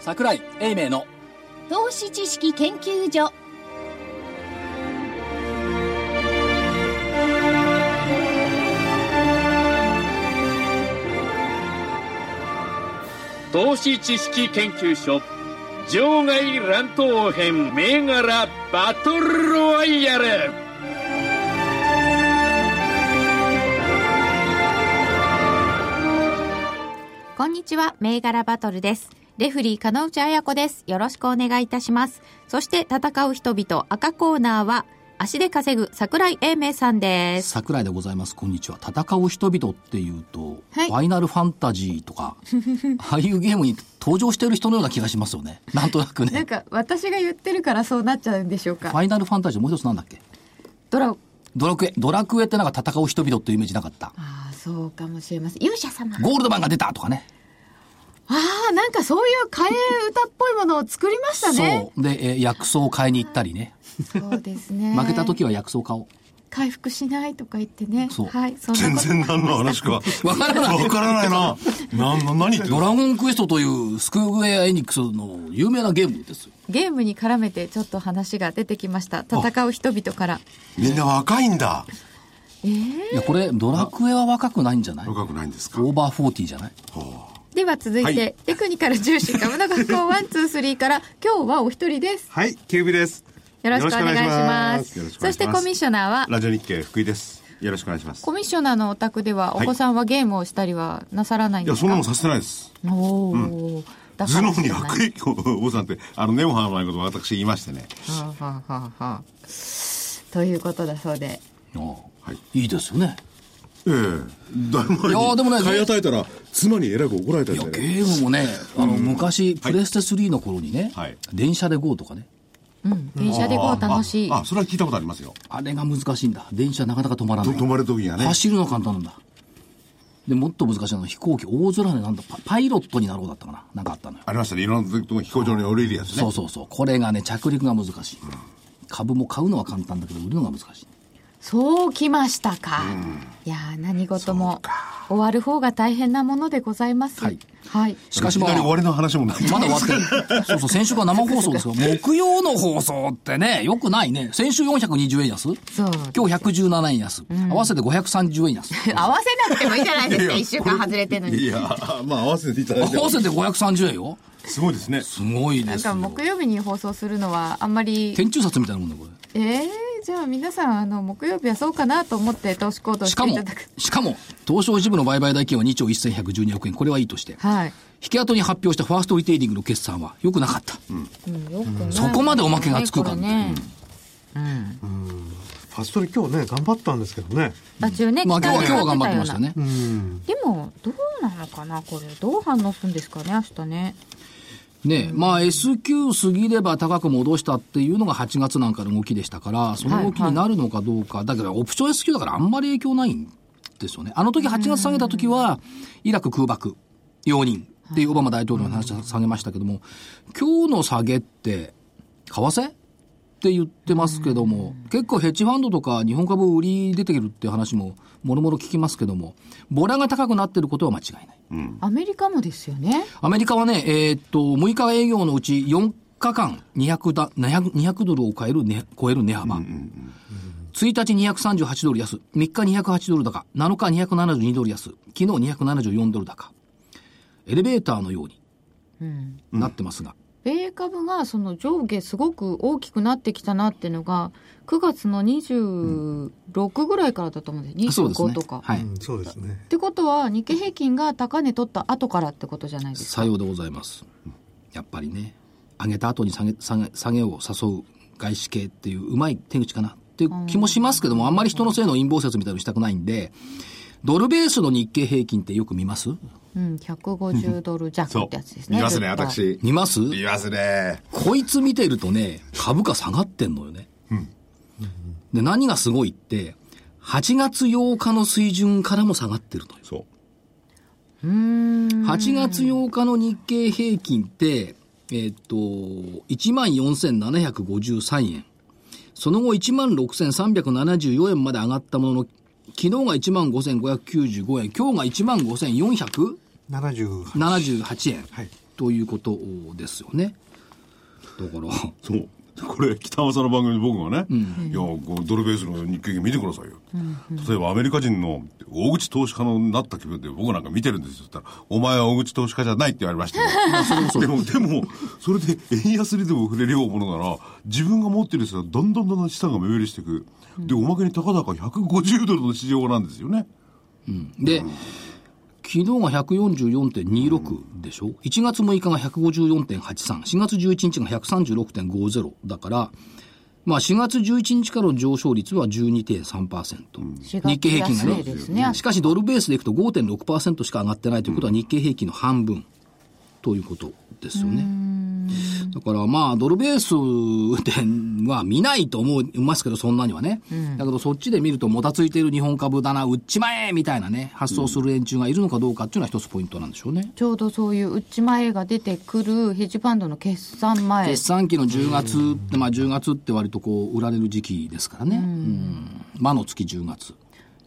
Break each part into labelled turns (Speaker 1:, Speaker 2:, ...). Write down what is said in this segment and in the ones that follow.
Speaker 1: 桜井英明の
Speaker 2: 投資知識研究所
Speaker 3: 投資知識研究所場外乱闘編銘柄バトルロワイヤル
Speaker 4: こんにちは、銘柄バトルです。レフリー、金内彩子です。よろしくお願いいたします。そして、戦う人々、赤コーナーは、足で稼ぐ桜井英明さんです。
Speaker 1: 桜井でございますこんにちは戦う人々っていうと、
Speaker 4: はい
Speaker 1: ファイナルファンタジーとかああいうゲームに登場している人のような気がしますよねなんとなくね
Speaker 4: か、私が言ってるからそうなっちゃうんでしょう
Speaker 1: フ。ァイナルファンタジーもう一つなんだっけ
Speaker 4: ドラ
Speaker 1: ドラクエドラクエってなんか戦う人々っていうイメージなかった
Speaker 4: ああ、そうかもしれません。勇者様。
Speaker 1: ゴールドマンが出たとかね
Speaker 4: ああ、なんかそういう替え歌っぽいものを作りましたね。
Speaker 1: そうで、えー薬草を買いに行ったりね
Speaker 4: そうですね
Speaker 1: 負けた時は薬草買おう
Speaker 4: 回復しないとか言ってね。
Speaker 1: そう
Speaker 4: はい、そんな
Speaker 5: 全然
Speaker 4: こと
Speaker 5: 何の話か。わ
Speaker 1: からない
Speaker 5: わからないな。な、な、何言ってん
Speaker 1: ド
Speaker 5: の
Speaker 1: ラゴンクエストというスクウェアエニックスの有名なゲームですよ
Speaker 4: ゲームに絡めてちょっと話が出てきました。戦う人々から。
Speaker 5: みんな若いんだ。
Speaker 4: ええ
Speaker 1: いやこれドラクエは若くないんじゃない
Speaker 5: 若くないんですか
Speaker 1: オーバーフォーティーじゃない
Speaker 4: では続いて、
Speaker 6: はい
Speaker 4: テクニカル重視株の学校ワンツースリー から今日はお一人です
Speaker 6: はい、キュービです。
Speaker 4: よろしくお願いします
Speaker 6: よろしくお願
Speaker 4: そ
Speaker 6: い
Speaker 4: し
Speaker 6: しま
Speaker 4: て
Speaker 6: す
Speaker 4: コミッショナーは
Speaker 6: ラジオ日経福井です。よろしくお願いします
Speaker 4: コ。ミッショナーのお宅ではお
Speaker 6: はい
Speaker 4: 子さんはゲームをしたりはなさらないん
Speaker 6: い
Speaker 4: で
Speaker 6: や、
Speaker 4: すか、
Speaker 6: そんなもんさせてないです。
Speaker 4: おーだ
Speaker 6: 頭脳に
Speaker 4: は
Speaker 6: 悪影響を及ぼさんって、あの、根を張らないことを私言いましてね。
Speaker 4: あはあはあはあということだそうで
Speaker 1: ああ、、
Speaker 6: はい
Speaker 1: いですよね
Speaker 6: ええ。だいぶ前に
Speaker 1: いやでもね
Speaker 6: 買い与えたら、妻にえらく怒られた
Speaker 1: い
Speaker 6: ん
Speaker 1: や
Speaker 6: で
Speaker 1: ゲ
Speaker 6: ね。
Speaker 1: ームもねあの昔プレステ3の頃にね、
Speaker 6: はい
Speaker 1: 電車で GO とかね
Speaker 4: うん電車でこう楽しい
Speaker 6: あ、あそれは聞いたことありますよ。
Speaker 1: あれが難しいんだ電車なかなか止まらな
Speaker 6: と
Speaker 1: い
Speaker 6: 泊まる時にはね。
Speaker 1: 走るのは簡単なんだでもっと難しいのは飛行機大空でなんだパパイロットになろうだったかななんかあったのよ
Speaker 6: ありましたね。いろんなとこ飛行場に降りるやつね。
Speaker 1: そうそうそうこれがね着陸が難しい、株も買うのは簡単だけど売るのが難しい
Speaker 4: そうきましたか、いやー何事も終わる方が大変なものでございます
Speaker 1: はい、
Speaker 4: はい、
Speaker 1: しかし
Speaker 6: いき
Speaker 1: まあ
Speaker 6: なり終わりの話もない。
Speaker 1: まだ終わって ない。そうそう、先週から生放送ですよ。木曜の放送ってね、よくないね。先週420円安
Speaker 4: そう
Speaker 1: 今日117円安、合わせて530円安。
Speaker 4: 合わせなくてもいいじゃないですか1週間外れてるの
Speaker 6: い
Speaker 4: に
Speaker 6: や、まあ合わせていただいて
Speaker 1: 合
Speaker 6: も
Speaker 1: わ。せて530円よ。
Speaker 6: すごいですね。
Speaker 1: すごい
Speaker 4: な
Speaker 1: で
Speaker 4: ん
Speaker 1: すよ
Speaker 4: か。木曜日に放送するのはあんまり
Speaker 1: 天中殺みたいなもんだよ、これ。
Speaker 4: えー、じゃあ皆さんあの木曜日はそうかなと思って投資行動
Speaker 1: し
Speaker 4: し
Speaker 1: か
Speaker 4: てい
Speaker 1: も
Speaker 4: ただく、
Speaker 1: しかも、東証一部の売買代金は2兆1112億円。これはいいとして。
Speaker 4: はい、
Speaker 1: 引き後に発表したファーストリテイリングの決算は良くなかった。
Speaker 4: うん、よくない
Speaker 1: そこまでおまけがつくか
Speaker 4: ね
Speaker 1: み
Speaker 4: こ
Speaker 1: た
Speaker 4: れ
Speaker 1: いな
Speaker 4: ね
Speaker 7: ファストリ今日ね頑張ったんですけどね
Speaker 4: だ中ね
Speaker 1: まあ今日は
Speaker 4: 期
Speaker 1: 今日は
Speaker 4: 待
Speaker 1: 頑張って
Speaker 4: になような
Speaker 1: ましたね。
Speaker 7: うん
Speaker 4: でもどうなのかなこれどう反応するんですかね明日ね
Speaker 1: ねまあ S q 過ぎれば高く戻したっていうのが8月なんかの動きでしたから、その動きになるのかどうか、だけどオプション S q だからあんまり影響ないんですよね。あの時8月下げた時は、イラク空爆、容認っていうオバマ大統領の話を下げましたけども、今日の下げって、為替って言ってますけども、結構ヘッジファンドとか日本株売り出てくるっていう話も、もろもろ聞きますけども、ボラが高くなってることは間違いない。
Speaker 4: アメリカもですよね
Speaker 1: アメリカはね、えーっと、6日営業のうち4日間200だ、200 200ドルを超える値、超える値幅。1日238ドル安、3日208ドル高、7日272ドル安、昨日274ドル高。エレベーターのようになってますが、
Speaker 4: 米株がその上下すごく大きくなってきたなっていうのが9月の26ぐらいからだと思うんです
Speaker 1: そうですね
Speaker 4: 25とか、。
Speaker 1: はい。
Speaker 7: うんそうですね
Speaker 4: ってことは日経平均が高値取った後からってことじゃないですか
Speaker 1: さようでございます。やっぱりね、上げた後に下げ、下げ、下げを誘う外資系っていううまい手口かなっていう気もしますけども、あんまり人のせいの陰謀説みたいのしたくないんで、ドルベースの日経平均ってよく見ます
Speaker 4: うん、150ドル弱ってや つですね。
Speaker 6: 見ますね、
Speaker 4: ずっと。
Speaker 6: 私。
Speaker 1: 見ます
Speaker 6: 見ますね。
Speaker 1: こいつ見てるとね、株価下がってんのよね。で、何がすごいって、8月8日の水準からも下がってるのよ。
Speaker 6: そう。
Speaker 1: 8月8日の日経平均って、えーっと、14,753円。その後16,374円まで上がったものの、昨日が15,595円、今日が15,478
Speaker 7: 78
Speaker 1: 円。
Speaker 7: はい
Speaker 1: ということですよね。だから、
Speaker 6: そう。これ、北山さんの番組で僕がね、いや、こうドルベースの日経見てくださいよ。例えばアメリカ人の大口投資家のなった気分で僕なんか見てるんですよ。って言ったら、お前は大口投資家じゃないって言われましたよでも、でも、それで円安にでも触れるようなものなら、自分が持ってる人はどんどんどんどん資産が目減りしていく。で、おまけに高々150ドルの市場なんですよね。
Speaker 1: で、昨日が144.26でしょ、1月6日が154.83、4月11日が136.50だから、まあ4月11日からの上昇率は12.3%。
Speaker 8: 4月
Speaker 1: 日経平均が
Speaker 8: 安
Speaker 1: ね
Speaker 8: いですね
Speaker 1: しかしドルベースでいくと5.6%しか上がってないということは日経平均の半分ということですよね。だからまあドルベースでは見ないと思いますけどそんなにはね、だけどそっちで見るともたついている日本株だな売っちまえみたいなね発想する連中がいるのかどうかっていうのは一つポイントなんでしょうね。
Speaker 8: ちょうどそういううっち前が出てくるヘッジファンドの決算前
Speaker 1: 決算期の10月って、まあ10月って割とこう売られる時期ですからね。うん魔の月10月。
Speaker 8: っ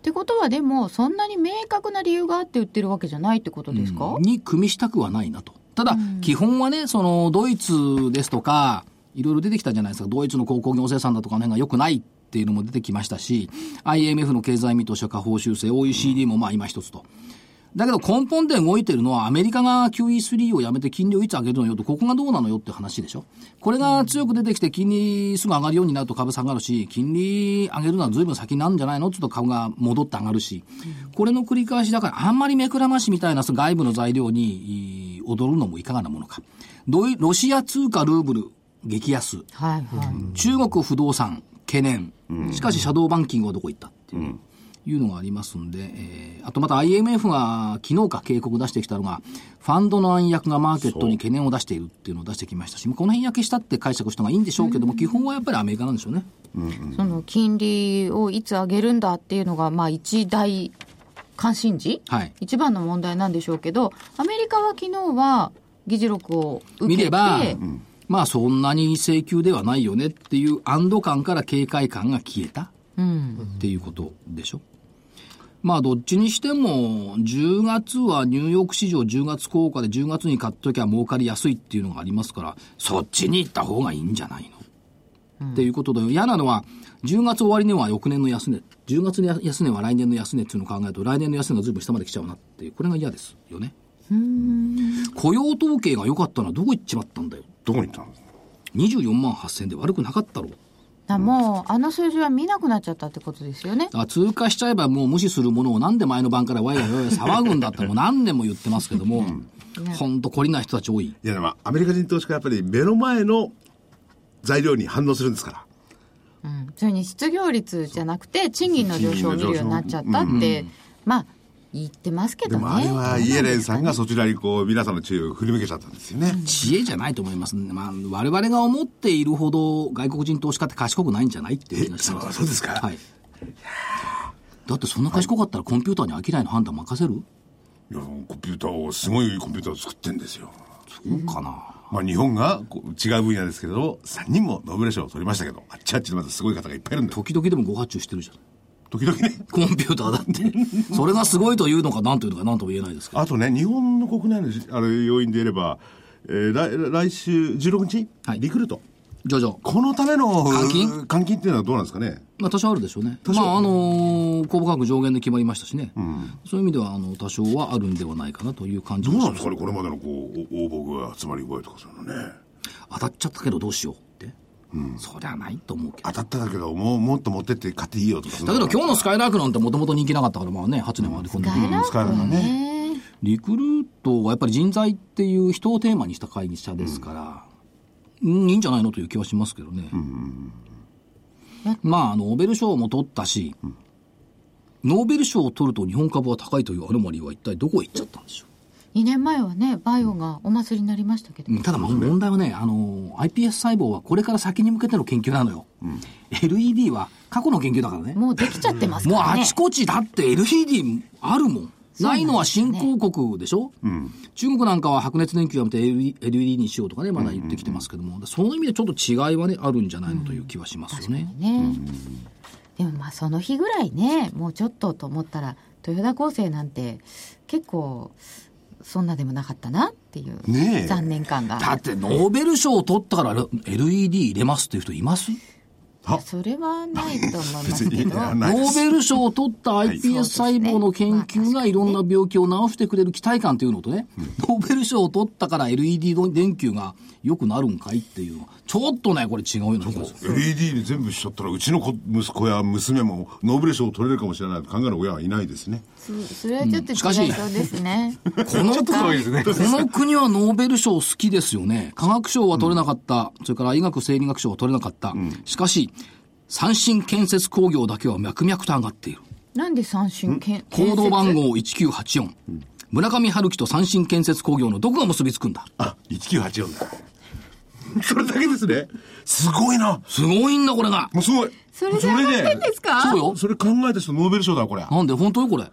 Speaker 8: てことはでもそんなに明確な理由があって売ってるわけじゃないってことですか、
Speaker 1: に組みしたくはないなと。ただ、基本はね、その、ドイツですとか、いろいろ出てきたじゃないですか。ドイツの高校業生産だとかの辺が良くないっていうのも出てきましたし、IMF の経済見通しは下方修正、OECD もまあ今一つと。だけど根本で動いてるのはアメリカが QE3 をやめて金利をいつ上げるのよと、ここがどうなのよって話でしょ。これが強く出てきて金利すぐ上がるようになると株下がるし、金利上げるのは随分先なんじゃないのちょっと株が戻って上がるし、これの繰り返しだからあんまり目くらましみたいなその外部の材料にい踊るのもいかがなものか。ドイロシア通貨ルーブル激安。
Speaker 8: はいはい、
Speaker 1: 中国不動産懸念、しかしシャドーバンキングはどこ行ったっていう,、のがありますんで、えーあとまた IMF が昨日か警告出してきたのが、ファンドの暗躍がマーケットに懸念を出しているっていうのを出してきましたし、この辺焼けしたって解釈した方がいいんでしょうけども、基本はやっぱりアメリカなんでしょうね。
Speaker 8: その金利をいつ上げるんだっていうのが、まあ、一大関心事、
Speaker 1: はい
Speaker 8: 一番の問題なんでしょうけど、アメリカは昨日は議事録を受けて、
Speaker 1: 見れば、まあそんなに請求ではないよねっていう安堵感から警戒感が消えたっていうことでしょ。まあどっちにしても10月はニューヨーク市場10月効果で10月に買っときゃ儲かりやすいっていうのがありますからそっちに行った方がいいんじゃないの、っていうことで嫌なのは10月終わり値は翌年の安値10月の安値は来年の安値っていうのを考えると来年の安値が随分下まで来ちゃうなっていうこれが嫌ですよね雇用統計が良かったのはどこ行っちまったんだよ
Speaker 6: どこに行ったんですか
Speaker 1: 24万8000で悪くなかったろう
Speaker 8: だからもうあの数字は見なくなっちゃったってことですよね。
Speaker 1: あ通過しちゃえばもう無視するものをなんで前の晩からわいわいわいわい騒ぐんだってもう何年も言ってますけども、ほんと懲りない人たち多い。
Speaker 6: いやでもアメリカ人投資家はやっぱり目の前の材料に反応するんですから。
Speaker 8: うんそれに失業率じゃなくて、賃金の上昇を見るようになっちゃったって、まあ、言ってますけど
Speaker 6: で
Speaker 8: ね。
Speaker 6: もあれはイエレンさんがそちらにこう皆さんの注意を振り向けちゃったんですよね。
Speaker 1: 知恵じゃないと思いますね。まあ、我々が思っているほど外国人投資家って賢くないんじゃないっていう気がします。
Speaker 6: えそうそうですか
Speaker 1: はい。だってそんな賢かったらコンピューターに商いの判断任せる
Speaker 6: いやコンピューターをすごいコンピューターを作ってんですよ。
Speaker 1: そうかな。
Speaker 6: まあ日本がこう違う分野ですけど、3人もノーベル賞を取りましたけど、あっちあっちでまたすごい方がいっぱいいるんで、
Speaker 1: 時々でもご発注してるじゃん。
Speaker 6: 時々ね。
Speaker 1: コンピューターだって。それがすごいというのか何というのか何とも言えないですけど。
Speaker 6: あとね、日本の国内のじあの要因で言えば、えー来来週16日、
Speaker 1: はい
Speaker 6: リクルート。
Speaker 1: ジョジョ。
Speaker 6: このための
Speaker 1: 換金
Speaker 6: 換金っていうのはどうなんですかね。
Speaker 1: まあ、多少あるでしょうね。まあ、あのー公募価格上限で決まりましたしね。そういう意味では、あの、多少はあるんではないかなという感じ
Speaker 6: どう
Speaker 1: もし
Speaker 6: なん
Speaker 1: ま
Speaker 6: ですかね、これまでのこうお応募が集まり具合とかそういうのね。
Speaker 1: 当たっちゃったけどどうしようって。そりゃないと思うけど。
Speaker 6: 当たっただけど、もうもっと持ってって買っていいよとか。
Speaker 1: だけど今日のスカイラークなんてもともと人気なかったから、まあね、8年割り込んでくる。
Speaker 6: 日使えるのね。
Speaker 1: リクルートはやっぱり人材っていう人をテーマにした会議者ですから、うん、いいんじゃないのという気はしますけどね。まあ、あの、ノーベル賞も取ったし、ノーベル賞を取ると日本株は高いというアロマリーは一体どこへ行っちゃったんでしょう
Speaker 8: 2年前はね、バイオがお祭りになりましたけど、
Speaker 1: うんただまあ問題はね、あの、iPS 細胞はこれから先に向けての研究なのよ。LED は過去の研究だからね。もう
Speaker 8: もうできちゃってますからね。
Speaker 1: あちこちだって LED あるもん。ないのは新興国でしょ中国なんかは白熱電球やめて LED LED にしようとかね、まだ言ってきてますけども、その意味でちょっと違いはね、あるんじゃないのという気はしますよね。
Speaker 8: ね、でもまあその日ぐらいねもうちょっとと思ったら豊田高生なんて結構そんなでもなかったなっていう
Speaker 5: ねえ
Speaker 8: 残念感が
Speaker 1: だってノーベル賞を取ったから LED 入れますっていう人います
Speaker 6: あ
Speaker 8: それはないと思います
Speaker 6: 別
Speaker 8: け
Speaker 6: に
Speaker 8: ど
Speaker 6: な
Speaker 1: ノ
Speaker 6: ないで
Speaker 1: ー
Speaker 6: す。
Speaker 1: ベル賞を取った iPS 細胞の研究がいろんな病気を治してくれる期待感というのとね、ノーベル賞を取ったから LED の電球が良くなるんかいっていうのは、ちょっとね、これ違うような気がする。
Speaker 6: LED に全部しちゃったら、うちの子息子や娘もノーベル賞を取れるかもしれないと考える親はいないですね。
Speaker 8: そそれはちょっと
Speaker 1: しかし
Speaker 8: 違いそうですね、
Speaker 1: この
Speaker 7: そうですね。
Speaker 1: この国はノーベル賞好きですよね。科学賞は取れなかった。それから医学生理学賞は取れなかった。しかし、三振建設工業だけは脈々と上がっている。
Speaker 8: なんで三振けん
Speaker 1: コード番号1984。村上春樹と三振建設工業のどこが結びつくんだ
Speaker 6: あ、1984だ。それだけですね。すごいな。
Speaker 1: すごいんだ、これが。
Speaker 6: もうすごい。
Speaker 8: それじゃなかったんですか
Speaker 1: そうよ。
Speaker 6: それ考えた人ノーベル賞だ、これ。
Speaker 1: なんで、本当よ、これ。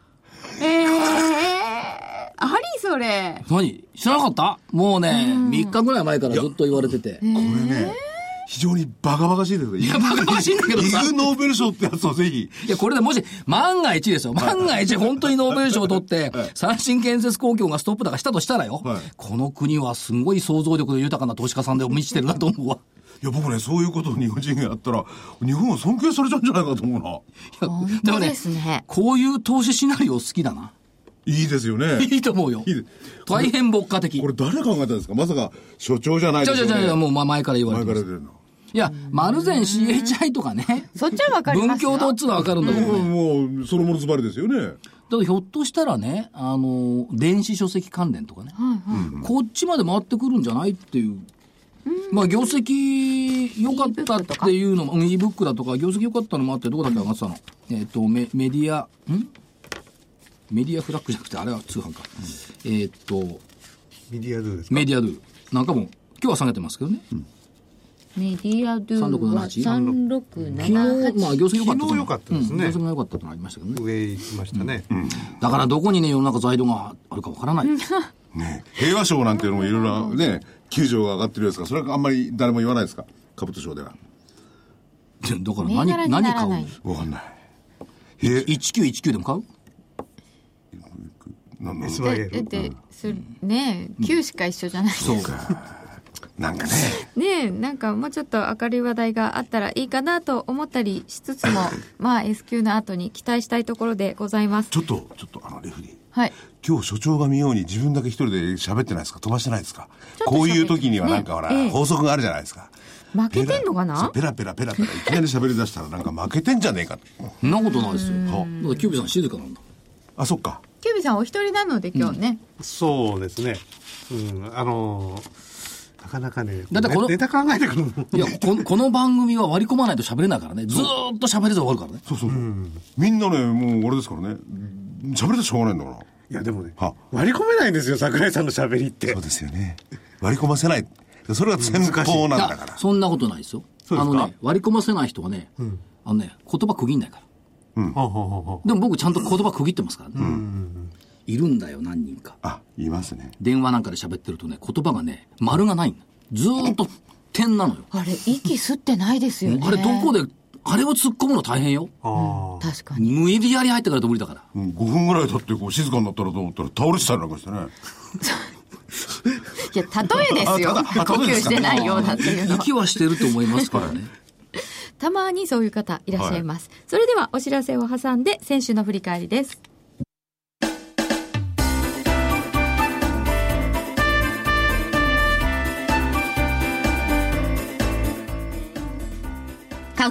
Speaker 8: えー、ありそれ
Speaker 1: 何知らなかったもうね、3日ぐらい前からずっと言われてて。
Speaker 6: これね、非常にバカバカしいですね。い
Speaker 1: やバカバカしいんだけどさ
Speaker 6: イグノーベル賞ってやつをぜひ。
Speaker 1: いや、これでもし、万が一ですよ。万が一、本当にノーベル賞を取 って、三振建設公共がストップだかしたとしたらよ、
Speaker 6: はい
Speaker 1: この国はすごい想像力の豊かな投資家さんで満ちてるなと思うわ。
Speaker 6: いや、僕ね、そういうことを日本人がやったら、日本を尊敬されちゃうんじゃないかと思う
Speaker 1: い
Speaker 6: な。
Speaker 1: や
Speaker 8: 本
Speaker 1: でも
Speaker 8: 当ですね
Speaker 1: こういう投資シナリオ好きだな。
Speaker 6: いいですよね。
Speaker 1: いいと思うよ
Speaker 6: いいで。
Speaker 1: 大変牧歌的。
Speaker 6: これ誰考えたんですかまさか所長じゃな
Speaker 1: ち
Speaker 6: いで
Speaker 1: ょ
Speaker 6: す
Speaker 1: ち
Speaker 6: よ
Speaker 1: ょ
Speaker 6: ね
Speaker 1: ちょちょ、もう前から言われ
Speaker 6: 前
Speaker 1: てます。
Speaker 6: から出るの。
Speaker 1: いや、マルゼン CHI とかね、
Speaker 8: そっちはわかりま
Speaker 1: 文
Speaker 8: すよ
Speaker 1: 教堂っつうのはわかるんだけどね。
Speaker 6: もう、そのものズバリですよね。
Speaker 1: だからひょっとしたらね、あの、電子書籍関連とかね、こっちまで回ってくるんじゃないっていう。まあ業績良かったっていうのも、うん ebook だとか、業績良かったのもあって、どこだっけ上がってたの。えっ、とメ、メディア、んメディアフラッグじゃなくて、あれは通販か。えっ、と、
Speaker 7: メディアドゥですか
Speaker 1: メディアドゥなんかも、今日は下げてますけどね。
Speaker 8: メディアドゥは3678
Speaker 1: 3678昨日、まあ業績良かったと思う。
Speaker 7: 昨日良かったですね
Speaker 1: うん業績が良かったとなりましたけどね。
Speaker 7: 上行きましたね。
Speaker 1: だからどこにね、世の中材料があるかわからない。
Speaker 6: ね平和賞なんていうのもいろいろね、球場が上がってるやつが、それはあんまり誰も言わないですか兜賞では。
Speaker 1: だから
Speaker 8: 銘柄
Speaker 1: 何、
Speaker 8: にな
Speaker 1: 何
Speaker 8: ら
Speaker 1: 買う
Speaker 8: ない
Speaker 1: の
Speaker 6: わかんない。え、
Speaker 1: 1919でも買う
Speaker 6: なんだろ
Speaker 7: ス
Speaker 6: う
Speaker 8: だ
Speaker 7: マイル
Speaker 8: だっ。てそれねえ9しか一緒じゃないですか
Speaker 6: なんかね、
Speaker 8: ねえなんかもうちょっと明るい話題があったらいいかなと思ったりしつつもまあ S q の後に期待したいところでございます
Speaker 6: ちょっと、ちょっとあの、レフリー。
Speaker 8: はい
Speaker 6: 今日所長が見ように自分だけ一人で喋ってないですか飛ばしてないですか
Speaker 8: ちょっと喋って
Speaker 6: こういう時にはなんかほら、
Speaker 8: ねええ
Speaker 6: 法則があるじゃないですか。
Speaker 8: 負けてんのかな
Speaker 6: ペラペラペラペラペラいきなり喋り出したらなんか負けてんじゃねえかって。
Speaker 1: そんなことないですよ。だからキュービさん静かなんだ。
Speaker 6: あ、そっか。
Speaker 8: キュービさんお一人なので今日ね、
Speaker 7: そうですね。うん、あのーなかなかね、
Speaker 1: だってこの
Speaker 7: ネネタ考えてくるの。
Speaker 1: いや、ここの番組は割り込まないと喋れないからね。ずーっと喋れず終わるからね。
Speaker 6: そうそうそう。みんなね、もうあれですからね、喋れたらしょうがないんだから。
Speaker 7: いや、でもね
Speaker 6: は、
Speaker 7: 割り込めないんですよ、桜井さんの喋りって
Speaker 6: そう。ですよね。割り込ませない。それが戦法なんだか
Speaker 1: いや
Speaker 6: ら。
Speaker 1: そんなことないですよ。
Speaker 7: うで
Speaker 1: あ
Speaker 7: す
Speaker 1: の
Speaker 7: か
Speaker 1: ね、割り込ませない人はね、あのね、言葉区切んないから。
Speaker 7: ほうほうほうほ
Speaker 1: でも僕ちゃんと言葉区切ってますからね。いるんだよ、何人か。
Speaker 6: あ、いますね。
Speaker 1: 電話なんかで喋ってるとね、言葉がね、丸がないんだ。ずーっと点なのよ。
Speaker 8: あれ息吸ってないですよね
Speaker 1: あれどこで、あれを突っ込むの大変よ。
Speaker 7: うあ
Speaker 8: 確かに
Speaker 1: 無理やり入ってからと無理だから。
Speaker 6: うん、5分ぐらい経ってこう静かになったらと思ったら倒れてたりなんかしてね。
Speaker 8: いや例えですよ
Speaker 6: あただ
Speaker 8: 呼吸
Speaker 6: 例えです
Speaker 8: し
Speaker 6: か
Speaker 8: てないようだっていうのは
Speaker 1: 息はしてると思いますからね。
Speaker 8: たまにそういう方いらっしゃいます、それではお知らせを挟んで先週の振り返りです
Speaker 2: 花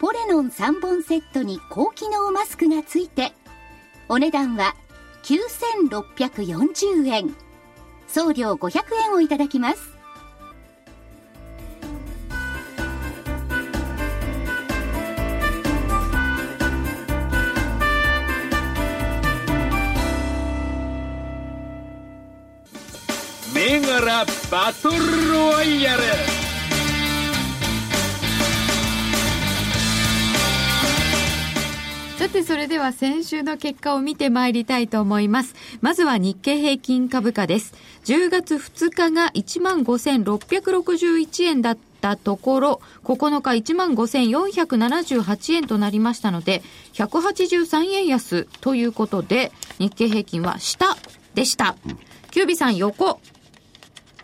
Speaker 2: ポレノン3本セットに高機能マスクがついてお値段は9640円送料500円をいただきます
Speaker 3: 銘柄バトルロワイヤル
Speaker 4: さてそれでは先週の結果を見てまいりたいと思います。まずは日経平均株価です。10月2日が15,661円だったところ、9日15,478円となりましたので、183円安ということで、日経平均は下でした。キュービさん横、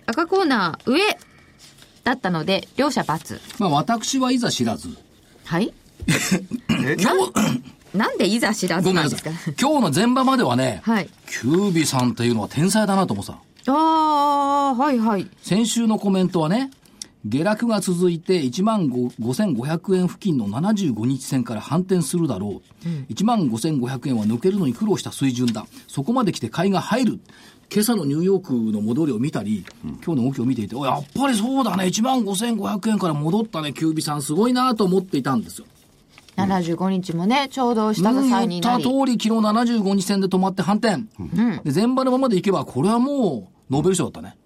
Speaker 4: 赤コーナー上だったので、両者×。
Speaker 1: まあ私はいざ知らず。
Speaker 4: はい
Speaker 1: 今日、
Speaker 4: なんでいざ知ら
Speaker 1: ご
Speaker 4: ず
Speaker 1: めん
Speaker 4: なん
Speaker 1: な
Speaker 4: です
Speaker 1: さい。
Speaker 4: か
Speaker 1: 今日の前場まではね、
Speaker 4: はい。
Speaker 1: キュービさんっていうのは天才だなと思ってた。
Speaker 4: ああ、はいはい。
Speaker 1: 先週のコメントはね、下落が続いて1万5500円付近の75日線から反転するだろう。1万5500円は抜けるのに苦労した水準だ。そこまで来て買いが入る。今朝のニューヨークの戻りを見たり、今日の動きを見ていて、おやっぱりそうだね、1万5500円から戻ったね、キュービさんすごいなと思っていたんですよ。
Speaker 4: 75日もね、ちょうど下支え
Speaker 1: 言
Speaker 4: に
Speaker 1: っ
Speaker 4: な
Speaker 1: た
Speaker 4: り
Speaker 1: 通。り、昨日75日線で止まって反転。で前場のままでいけば、これはもう、ノーベル賞だったね。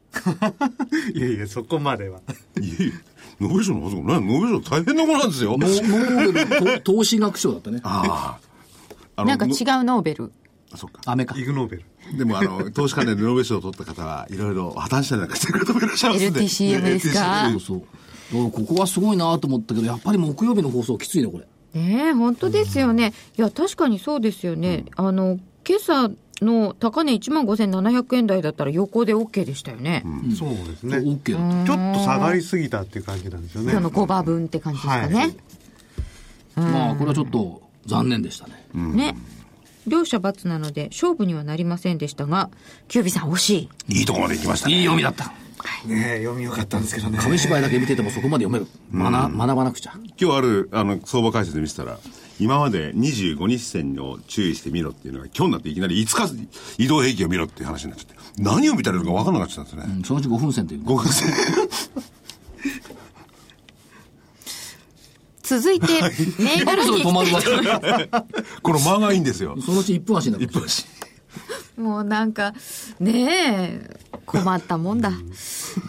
Speaker 7: いやいや、そこまで は。
Speaker 6: いえいえ、ノーベル賞のはずがない。ノーベル賞大変なものなんですよ。
Speaker 1: ノーベルと投資学賞だったね。
Speaker 6: ああ。あの
Speaker 4: なんか違うノーベル。
Speaker 6: のそっか。
Speaker 1: アメか。
Speaker 7: イグノーベル。
Speaker 6: でも、あの、投資家でノーベル賞を取った方は、いろいろ破綻したりなんかしてくれると思いらっしゃいますんで。
Speaker 4: LTCM ですか
Speaker 1: そうそう。だからここはすごいなと思ったけど、やっぱり木曜日の放送きついね、これ。
Speaker 4: ねえ、本当ですよね。いや、確かにそうですよね。あの、今朝の高値1万5700円台だったら横で OK でしたよね。
Speaker 7: そうです
Speaker 1: オ
Speaker 7: ね。ちょ
Speaker 1: ッケーだった。
Speaker 7: っと下がりすぎたっていう感じなんですよね。
Speaker 4: その5番分って感じですかね。
Speaker 1: まあ、これはちょっと残念でしたね。
Speaker 4: ね。両者罰なので勝負にはなりませんでしたが、キュービさん惜しい。
Speaker 6: いいとこまで行きました
Speaker 1: いい
Speaker 6: ね。
Speaker 1: 読みだった。
Speaker 9: ね読みよかったんですけどね。
Speaker 1: 紙芝居だけ見ててもそこまで読める。学学ばなくちゃ。
Speaker 6: 今日ある、あの、相場解説見てたら、今まで25日線を注意してみろっていうのが、今日になっていきなり5日移動平均を見ろっていう話になっちゃって、何を見たらいいのか分からなくなっちゃったんです
Speaker 1: う
Speaker 6: ね。
Speaker 1: んそのうち5分線というの。
Speaker 6: 合格性。
Speaker 4: 続いて、銘柄
Speaker 1: そ
Speaker 4: に
Speaker 1: れ止まるわけ。
Speaker 6: この間がいいんですよ。
Speaker 1: そのうち1分足になる。
Speaker 6: 一足。
Speaker 4: もうなんか、ねえ、困ったもんだ。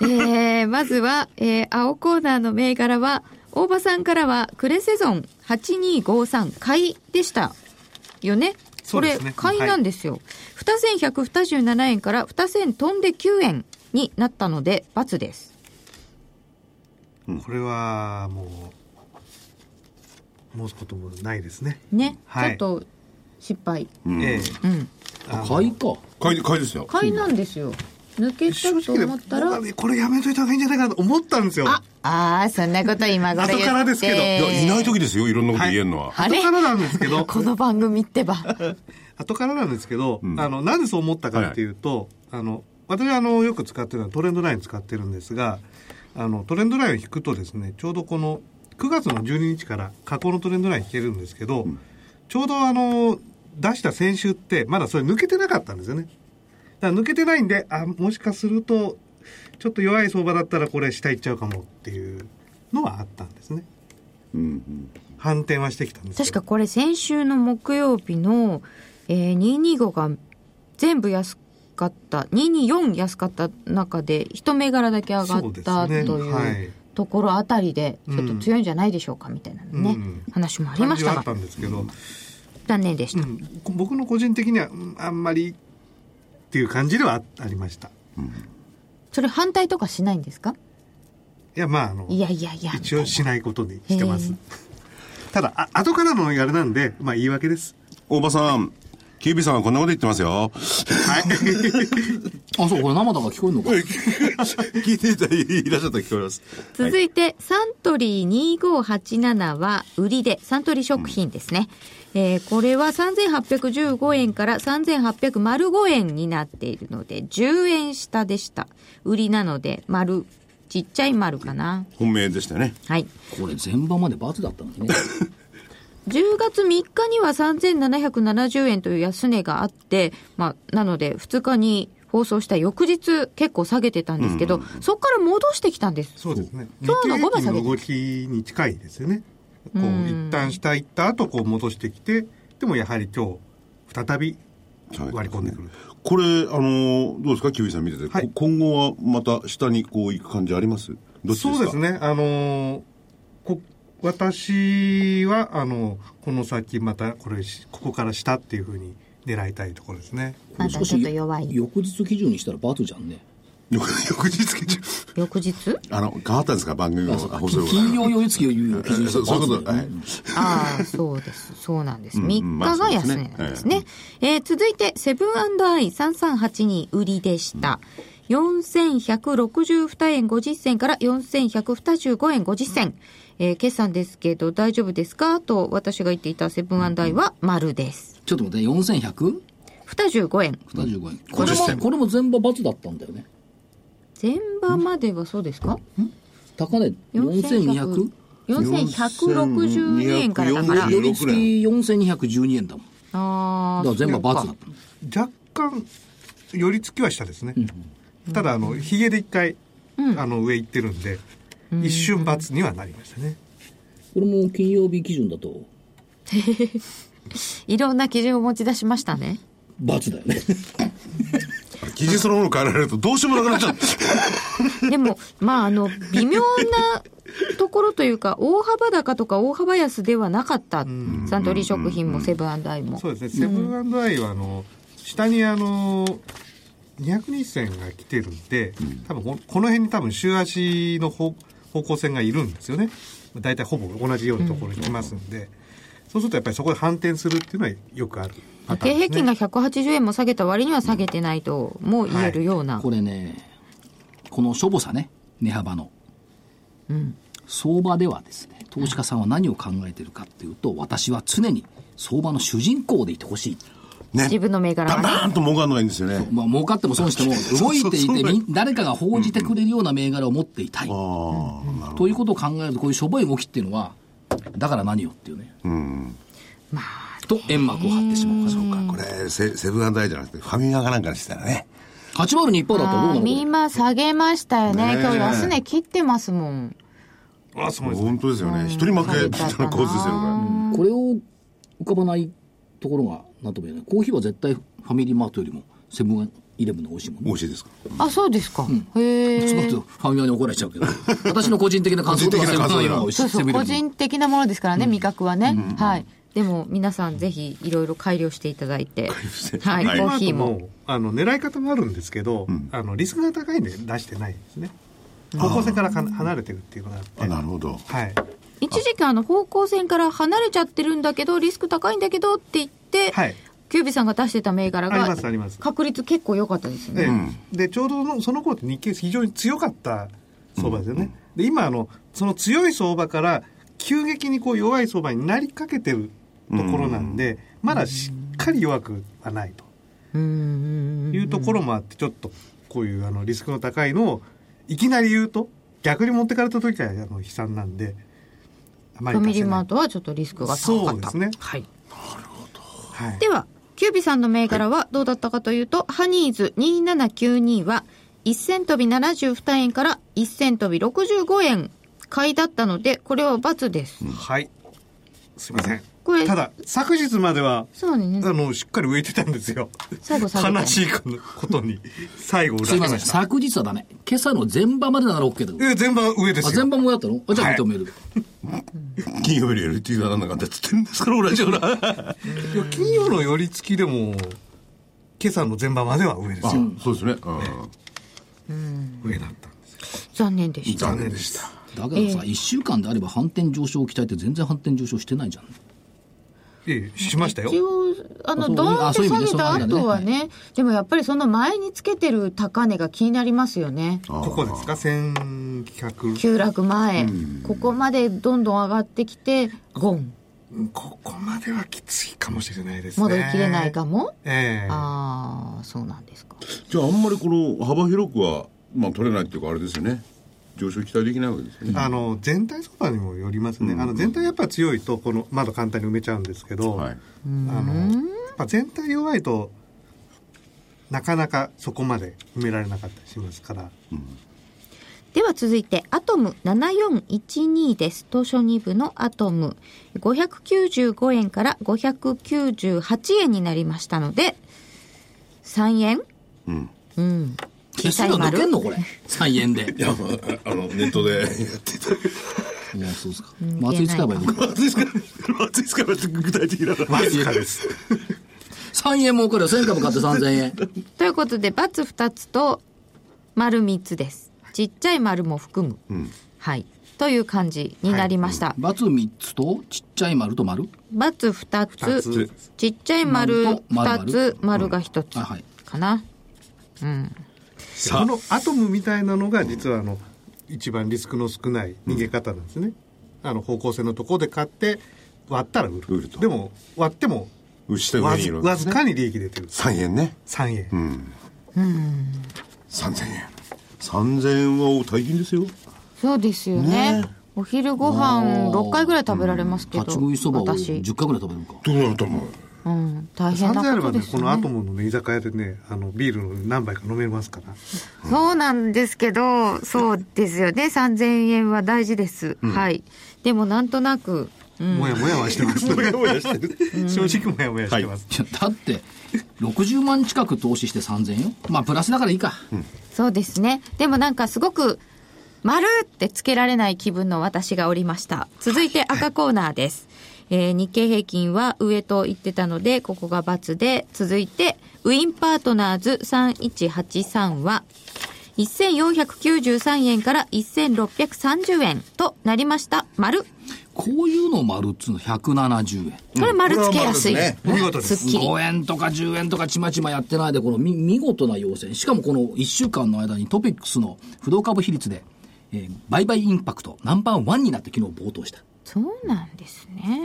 Speaker 4: えー、まずは、えー、青コーナーの銘柄は、大場さんからは、クレセゾン8253買いでした。よね。こ
Speaker 7: そうで
Speaker 4: れ、
Speaker 7: すね
Speaker 4: 買いなんですよ。2127円から2000飛んで9円になったので、×です。
Speaker 7: これはもう、申すこともないですね。
Speaker 4: ね。
Speaker 7: はい
Speaker 4: ちょっと、失敗。
Speaker 7: え
Speaker 4: う
Speaker 7: え
Speaker 4: ん。
Speaker 7: あの
Speaker 1: 買いか。
Speaker 6: 買い、買いですよ。
Speaker 4: 買いなんですよ。抜け
Speaker 7: 正
Speaker 4: たと
Speaker 7: 直ね
Speaker 4: 思った
Speaker 7: 僕
Speaker 4: ら
Speaker 7: は、ねこれやめといた方がいいんじゃないかなと思ったんですよ。
Speaker 4: あ、あーそんなこと今頃言って。
Speaker 7: 後からですけどい
Speaker 6: いや、いない時ですよ、いろんなこと言えるのは。
Speaker 4: あれ
Speaker 7: 後からなんです けど、
Speaker 4: この番組ってば。
Speaker 7: 後からなんですけど、あの、なんでそう思ったかっていうと、あの、私はあの、よく使ってるのはトレンドライン使ってるんですが、あの、トレンドラインを引くとですね、ちょうどこの、9月の12日から下降のトレンドライン引けるんですけど、ちょうどあの、出した先週って、まだそれ抜けてなかったんですよね。だから抜けてないんで、あ、もしかすると、ちょっと弱い相場だったらこれ下行っちゃうかもっていうのはあったんですね。反転はしてきたんですけど
Speaker 4: 確かこれ先週の木曜日の、えー、225が全部安かった224安かった中で一銘柄だけ上が
Speaker 7: そう
Speaker 4: っ
Speaker 7: で
Speaker 4: た
Speaker 7: す
Speaker 4: と
Speaker 7: ねはいいう
Speaker 4: ところあたりでち
Speaker 7: うん
Speaker 4: ょっと強いんじゃないでしょうかみたいなね、
Speaker 7: うん
Speaker 4: 話もありました
Speaker 7: 感じはあ
Speaker 4: が
Speaker 7: ったんですけど、
Speaker 4: 残念でした、
Speaker 7: うんこ僕の個人的にはうんあんまりっていう感じではあありましたい
Speaker 4: それ反対とかしないんですか
Speaker 7: やまああの
Speaker 4: いやいやいや
Speaker 7: 一応しないことにしてます
Speaker 4: へ
Speaker 7: ただあ後からのあれなんでまあ言い訳です
Speaker 6: 大場さん、キービーさんはこんなこと言ってます よ。
Speaker 1: あ、そう、これ生だから聞こえるのか。
Speaker 6: 聞いていたいらっしゃったら聞こえます。
Speaker 4: 続いて、サントリー2587は売りで、サントリー食品ですね。えーこれは3815円から3805円になっているので、10円下でした。売りなので、丸、ちっちゃい丸かな。
Speaker 6: 本命でしたね。
Speaker 4: はい。
Speaker 1: これ全場までバツだったのにね。
Speaker 4: 10月3日には3770円という安値があって、まあ、なので2日に放送した翌日結構下げてたんですけど、そこから戻してきたんです。
Speaker 7: そうですね。
Speaker 4: 今日の午後
Speaker 7: 日経平均の動きに近いですよね。こう、一旦下行った後、こう戻してきて、でもやはり今日、再び割り込んでくる。
Speaker 6: これ、あのーどうですか、キービーさん見てて、
Speaker 7: はい
Speaker 6: こ今後はまた下にこう行く感じありますどっちですか
Speaker 7: そうです。ね。あのーこ私は、あの、この先また、これ、ここから下っていうふうに狙いたいところですね。
Speaker 4: まだちょっと弱い
Speaker 1: 翌日基準にしたらバツじゃんね。
Speaker 6: 翌翌日中
Speaker 4: 翌日
Speaker 6: あの、変わったんですか、番組の放送が。
Speaker 1: 金曜夜月を言う基準にしたら
Speaker 6: そうそういうこ
Speaker 1: バ
Speaker 6: と、
Speaker 1: ツだ
Speaker 6: は
Speaker 1: よ
Speaker 6: い
Speaker 1: ね。
Speaker 4: ああ、そうです。そうなんです。
Speaker 6: うん
Speaker 4: 3日が安値なんですね。えー続いて、セブンアイ3382売りでした。4162円50銭から4125円50銭。えー決算ですけど大丈夫ですかと私が言っていたセブンアイは丸です。
Speaker 1: ちょっと待って、4100?
Speaker 4: 25円。
Speaker 1: 25円。これ
Speaker 6: 50銭
Speaker 1: も、これも全場バツだったんだよね。
Speaker 4: 前場まではそうですか
Speaker 1: 高値
Speaker 4: ?4200
Speaker 1: 4200?
Speaker 4: 4162円からだから。
Speaker 6: 4200
Speaker 1: 寄り付き4212円だもん。
Speaker 4: あ
Speaker 1: だ
Speaker 4: あ
Speaker 1: から、全部バツだった。
Speaker 7: 若干、寄り付きは下ですね。ただ、あの、ヒゲで一回、あの、上行ってるんで、一瞬罰にはなりましたね。
Speaker 1: これも金曜日基準だと、
Speaker 4: いろんな基準を持ち出しましたね。
Speaker 1: バツだよね。
Speaker 6: 記事そのもの変えられるとどうしようもなくなっちゃ
Speaker 4: でも、まあ、あの、微妙なところというか、大幅高とか大幅安ではなかった。サントリー食品もセブンアイも。
Speaker 7: そうですね、セブンアイはあの下にあの200日線が来てるんで、多分ここの辺に多分週足の方方向線がいるんですよね、大体ほぼ同じようなところに来ますんで、そうするとやっぱりそこで反転するっていうのはよくあるパ
Speaker 4: 日
Speaker 7: ター
Speaker 4: 経
Speaker 7: ン
Speaker 4: 平
Speaker 7: です、ね。
Speaker 4: 均が180円も下げた割には下げてないともう言えるような、
Speaker 1: これね、このしょぼさね、値幅の。相場ではですね、投資家さんは何を考えてるかっていうと、私は常に相場の主人公でいてほしい。
Speaker 6: う。ね。
Speaker 4: 自分の銘柄
Speaker 6: バン
Speaker 4: はね
Speaker 6: バーンと儲かんのがいいんですよね。
Speaker 1: まあ、儲かっても損しても、動いてい
Speaker 6: そうそう
Speaker 1: て
Speaker 6: そう
Speaker 1: みん、誰かが報じてくれるような銘柄を持っていたい。
Speaker 6: ああ、なるほ
Speaker 1: ということを考えると、こういうしょぼい動きっていうのは、だから何よっていうね。
Speaker 6: ど。うん。
Speaker 1: と、煙幕を張ってしまう。そうか。
Speaker 6: これ、セセブンアイじゃなくて、ファミマかなんかにしたらね。
Speaker 1: 802パーだったらどうなの
Speaker 4: あー
Speaker 1: これ
Speaker 4: みんな下げましたよね
Speaker 6: ねえ
Speaker 4: 今日安値切ってますもん
Speaker 7: あすごいですね
Speaker 6: 本当ですよね。一人負けみたいな構図ですよ、こ
Speaker 1: これを浮かばないところがなんとも言えないコーヒーは絶対ファミリーマートよりもセブンイレブンの方が美味しいもん
Speaker 6: れ。
Speaker 1: ね
Speaker 6: 美味しいですか
Speaker 4: あそうですか、へ
Speaker 1: ちょっ
Speaker 4: え
Speaker 1: とファミマに怒られちゃうけど私の個人的な感想とかセブンイレブンの方が美味し
Speaker 4: そう
Speaker 1: い
Speaker 4: そ
Speaker 1: セブ
Speaker 4: う
Speaker 1: ンイレ
Speaker 4: 個
Speaker 1: ブンの方が
Speaker 4: 人的なものですからね、味覚はね、はいでも皆さんぜひいろいろ改良していただいてはい
Speaker 6: はい
Speaker 4: コ
Speaker 7: こ
Speaker 4: ー
Speaker 7: の
Speaker 4: ヒ
Speaker 7: 後
Speaker 4: ーも
Speaker 7: もあの狙い方もあるんですけど、あのリスクが高いんで出してないですね方向性からか離れてるっていうのがあって
Speaker 6: あ、なるほど。
Speaker 7: はい
Speaker 4: 一時期あの方向線から離れちゃってるんだけどリスク高いんだけどって言って、
Speaker 7: はい
Speaker 4: キュービさんが出してた銘柄
Speaker 7: あり
Speaker 4: が
Speaker 7: ますあります
Speaker 4: 確率結構良かったですよね
Speaker 7: で,、でちょうどのその頃って日経非常に強かった相場ですよね、で今あのその強い相場から急激にこう弱い相場になりかけてるところなんで、まだしっかり弱くはないというところもあってちょっとこういうあのリスクの高いのをいきなり言うと逆に持ってかれた時からあの悲惨なんであま
Speaker 4: ファミ
Speaker 7: 出
Speaker 4: リ
Speaker 7: せ
Speaker 4: ー
Speaker 7: な
Speaker 4: マ
Speaker 7: い
Speaker 4: ートはちょっとリスクが高かった
Speaker 7: そうですね
Speaker 4: はい、
Speaker 7: はい
Speaker 4: ではキュービさんの銘柄はどうだったかというと、ハニーズ2792は1000飛び72円から1000飛び65円買いだったのでこれは×です、
Speaker 7: はいすいません
Speaker 4: これ
Speaker 7: ただ昨日までは
Speaker 4: そうね
Speaker 7: あのしっかり浮いてたんですよ
Speaker 4: 最後下げて
Speaker 7: 悲しいことに最後裏
Speaker 1: すいませ
Speaker 7: ま
Speaker 1: ん
Speaker 7: した
Speaker 1: 昨日はダメ今朝の前場までなら OK だけど
Speaker 7: え全番上で
Speaker 1: あ
Speaker 7: すよ
Speaker 1: 前場もやったのあじゃあ認める、
Speaker 6: 金曜日の LT がなんなかったって言ってんですから、俺はじゃあ。
Speaker 7: いや金曜の寄り付きでも今朝の前場までは上ですよ
Speaker 6: そうですね。うん
Speaker 7: 上だったんですよ
Speaker 4: 残念でした
Speaker 6: 残念でした。
Speaker 1: だけどさ、一1週間であれば反転上昇を期待って全然反転上昇してないじゃん
Speaker 7: ええしましたよ
Speaker 4: 一応あ
Speaker 1: あ
Speaker 4: の、
Speaker 1: そう
Speaker 4: ドーンって
Speaker 1: あそういう意
Speaker 4: 下
Speaker 1: 味
Speaker 4: げ
Speaker 1: で
Speaker 4: た
Speaker 1: そういう意味
Speaker 4: 後
Speaker 1: だ
Speaker 4: は
Speaker 1: ね
Speaker 4: ね、でもやっぱりその前につけてる高値が気になりますよね。
Speaker 6: あー
Speaker 7: ここですか1100
Speaker 4: 急落前、ここまでどんどん上がってきて、ゴン、
Speaker 5: ここまではきついかもしれないですね
Speaker 4: 戻りきれないかも。
Speaker 7: ええ
Speaker 4: ああ、そうなんですか。
Speaker 6: じゃああんまりこの幅広くは、まあ、取れないっていうかあれですよね上昇期待できないわけですよね
Speaker 7: あの全体相場にもよりますね、あの全体やっぱ強いと、この窓簡単に埋めちゃうんですけど、
Speaker 6: はい
Speaker 7: あのやっぱ全体弱いと、なかなかそこまで埋められなかったりしますから、
Speaker 4: では続いて、アトム7412です。当初2部のアトム。595円から598円になりましたので、3円
Speaker 1: 手数料抜けんのこれ。3円で。
Speaker 6: いやまああのネットでや ってた
Speaker 1: いや、そうですか。松井使えばいいのか。
Speaker 6: 松井さん松井さんは具体的だな
Speaker 7: わずかです。
Speaker 1: 3円儲かるよ。1000株買って3000円。
Speaker 4: ということで、×二つと丸三つです。ちっちゃい丸も含む。はい。という感じになりました。
Speaker 1: 罰3つと、ちっちゃい丸と丸。
Speaker 4: ×二
Speaker 7: 二
Speaker 4: つ
Speaker 7: つ、
Speaker 4: ちっちゃい
Speaker 1: 丸
Speaker 4: 丸
Speaker 1: と
Speaker 4: 二つ、丸が一つ
Speaker 1: うんあはい
Speaker 4: かな。
Speaker 7: このアトムみたいなのが、実はあの一番リスクの少ない逃げ方なんですね。あの方向性のところで買って、割ったら売る。
Speaker 6: 売ると
Speaker 7: でも、割っても
Speaker 6: 牛と
Speaker 7: わ
Speaker 6: 上にい
Speaker 7: ず、
Speaker 6: る
Speaker 7: わずかに利益出てる。
Speaker 6: 3円ね
Speaker 7: 3円。
Speaker 6: 3000円3000円は大金ですよ
Speaker 4: そうですよね。お昼ご飯
Speaker 1: あー
Speaker 4: 六回ぐらい食べられますけど、
Speaker 1: 立ち食いそばを
Speaker 4: 私、
Speaker 1: 10回ぐらい食べるのか。
Speaker 6: どうなると思う
Speaker 4: うん、大変
Speaker 7: 3
Speaker 4: な
Speaker 7: であれ
Speaker 4: こ
Speaker 7: ば
Speaker 4: とで
Speaker 7: ね、
Speaker 4: す
Speaker 7: こ
Speaker 4: よ
Speaker 7: のアト
Speaker 4: ね。
Speaker 7: ムのね居酒屋でね、あの、ビールの何杯か飲めますから。
Speaker 4: そうなんですけど、そうですよね。三千円は大事です。はい。でもなんとなく、うん
Speaker 7: もやもやはしてます。 もやもやしてる。正直もやもやしてます。
Speaker 1: いやだって、60万近く投資して3000よ。まあ、プラスだからいいか。
Speaker 4: そうですね。でもなんかすごく、丸ってつけられない気分の私がおりました。続いて赤コーナーです。えー日経平均は上と言ってたので、ここが×で、続いて、ウィンパートナーズ3183は、1493円から1630円となりました。丸。
Speaker 1: こういうのを丸っつうの170円。
Speaker 4: これ丸つけやすい。
Speaker 5: これは
Speaker 7: お見事です
Speaker 4: っきり。
Speaker 1: 5円とか10円とかちまちまやってないで、この見見事な要請。しかもこの1週間の間にトピックスの不動株比率で、えー売買インパクトナンバーワンになって昨日暴騰した。
Speaker 4: そうなんですね。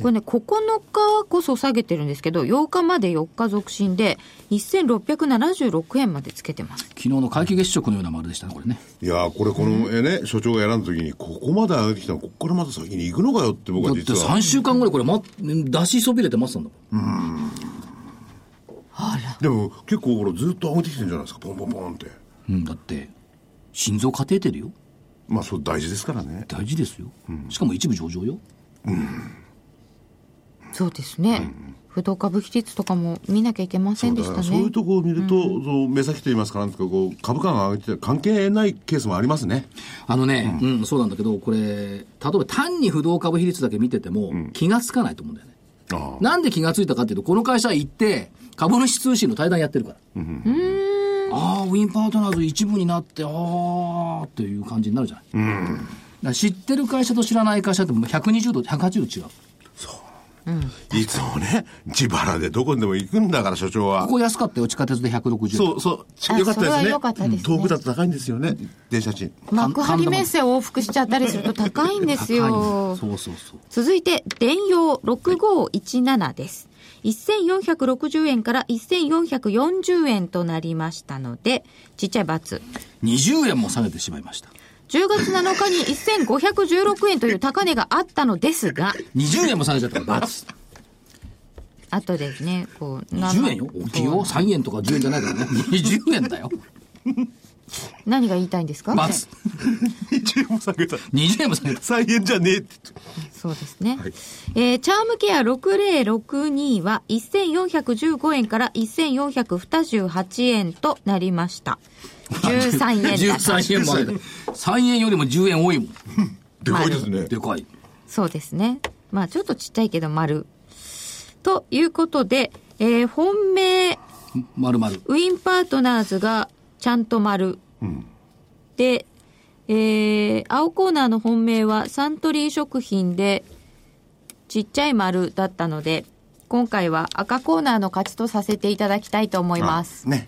Speaker 4: これね、9日こそ下げてるんですけど、8日まで4日続伸で、1676円までつけてます。
Speaker 1: 昨日の皆既月食のような丸でしたね、これね。
Speaker 6: いやーこれこの絵ね所長が選んだ時にここまで上げてきたのここからまた先に行くのかよって僕
Speaker 1: だって
Speaker 6: は実は
Speaker 1: 3週間後にこれ、ま、出しそびれて待ってたんだもん。
Speaker 6: でも結構ほらずっと上げてきてるんじゃないですかポンポンポンって
Speaker 1: うん、だって、心臓カテーテルよ。
Speaker 6: まあそう大事ですからね
Speaker 1: 大事ですよ。しかも一部上場よ。
Speaker 4: そうですね。不動株比率とかも見なきゃいけませんでした
Speaker 6: だからそうい
Speaker 4: ね
Speaker 6: う。とこを見ると、そう目先と言いますかなんですかこう株価が上げてて関係ないケースもありますね
Speaker 1: あのね、うん、そうなんだけど、これ、例えば単に不動株比率だけ見てても、気がつかないと思うんだよね。
Speaker 6: ああ
Speaker 1: なんで気がついたかっていうと、この会社行って、株主通信の対談やってるから。ああ、ウィンパートナーズ一部になって、ああ、っていう感じになるじゃない。だから知ってる会社と知らない会社ってもう120度、180度違う。
Speaker 6: いつもね自腹でどこにでも行くんだから所長は
Speaker 1: ここ安かったよ、地下鉄で160円。
Speaker 6: そうそうち
Speaker 4: あ
Speaker 6: よかったです
Speaker 4: それは
Speaker 6: ね
Speaker 4: 良かったですね
Speaker 6: うん遠くだと高いんですよね電車賃
Speaker 4: 幕張メッセ往復しちゃったりすると高いんで すよ。
Speaker 1: そうそうそう。
Speaker 4: 続いて、電用6517です。1460円から1440円となりましたので、ちっちゃい×。
Speaker 1: 20円も下げてしまいました。
Speaker 4: 10月7日に1516円という高値があったのですが、
Speaker 1: 20円も下げちゃったから、バツ。
Speaker 4: あとですね、こう、な
Speaker 1: 10円よ大きいよ。3円とか10円じゃないから ね。20円だよ。
Speaker 4: 何が言いたいんですか
Speaker 1: バツ。
Speaker 6: 1円も下げた
Speaker 1: 20円も下げた。
Speaker 6: 3円じゃねえって
Speaker 4: そうですね。えーチャームケア6062は1415円から1428円となりました。13円だ。
Speaker 1: 13円も上げた。3円よりも10円多いもん。
Speaker 6: でかいですね
Speaker 1: でかい。
Speaker 4: そうですね。まあちょっとちっちゃいけど丸。ということで、えー本命、
Speaker 1: 丸々。
Speaker 4: ウィンパートナーズがちゃんと丸。で、えー青コーナーの本命はサントリー食品で、ちっちゃい丸だったので、今回は赤コーナーの勝ちとさせていただきたいと思います。
Speaker 5: ね。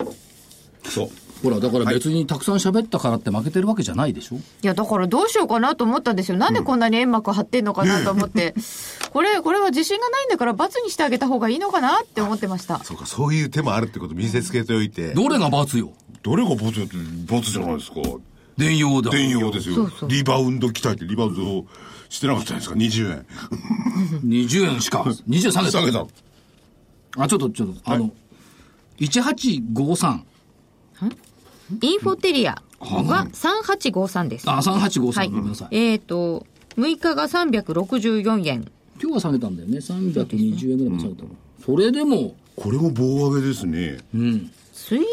Speaker 6: そう。
Speaker 1: ほら、だから別にたくさん喋ったからって負けてるわけじゃないでしょ、
Speaker 4: いや、だからどうしようかなと思ったんですよ。なんでこんなに煙幕張ってんのかなと思って。 これ、これは自信がないんだから罰にしてあげた方がいいのかなって思ってました。
Speaker 6: そうか、そういう手もあるってこと見せつけておいて。
Speaker 1: どれが罰よ
Speaker 6: どれがボツって、ボツじゃないですか。
Speaker 1: 電用だ。
Speaker 6: 転用ですよ。リバウンド鍛えて、リバウンドをしてなかったじゃないですか、20円。
Speaker 1: 20円しか。20円下げた
Speaker 6: 下。げた。
Speaker 1: あ、ちょっと、ちょっと、あの、1853。
Speaker 4: インフォテリアが3853です。
Speaker 1: あ、3853。
Speaker 4: はい
Speaker 1: ごめんなさ。い。
Speaker 4: えっ、と、6日が364円。
Speaker 1: 今日は下げたんだよね。320円ぐらいも下げたの。それでも、
Speaker 6: これも棒上げですね。
Speaker 1: うん。
Speaker 4: 水曜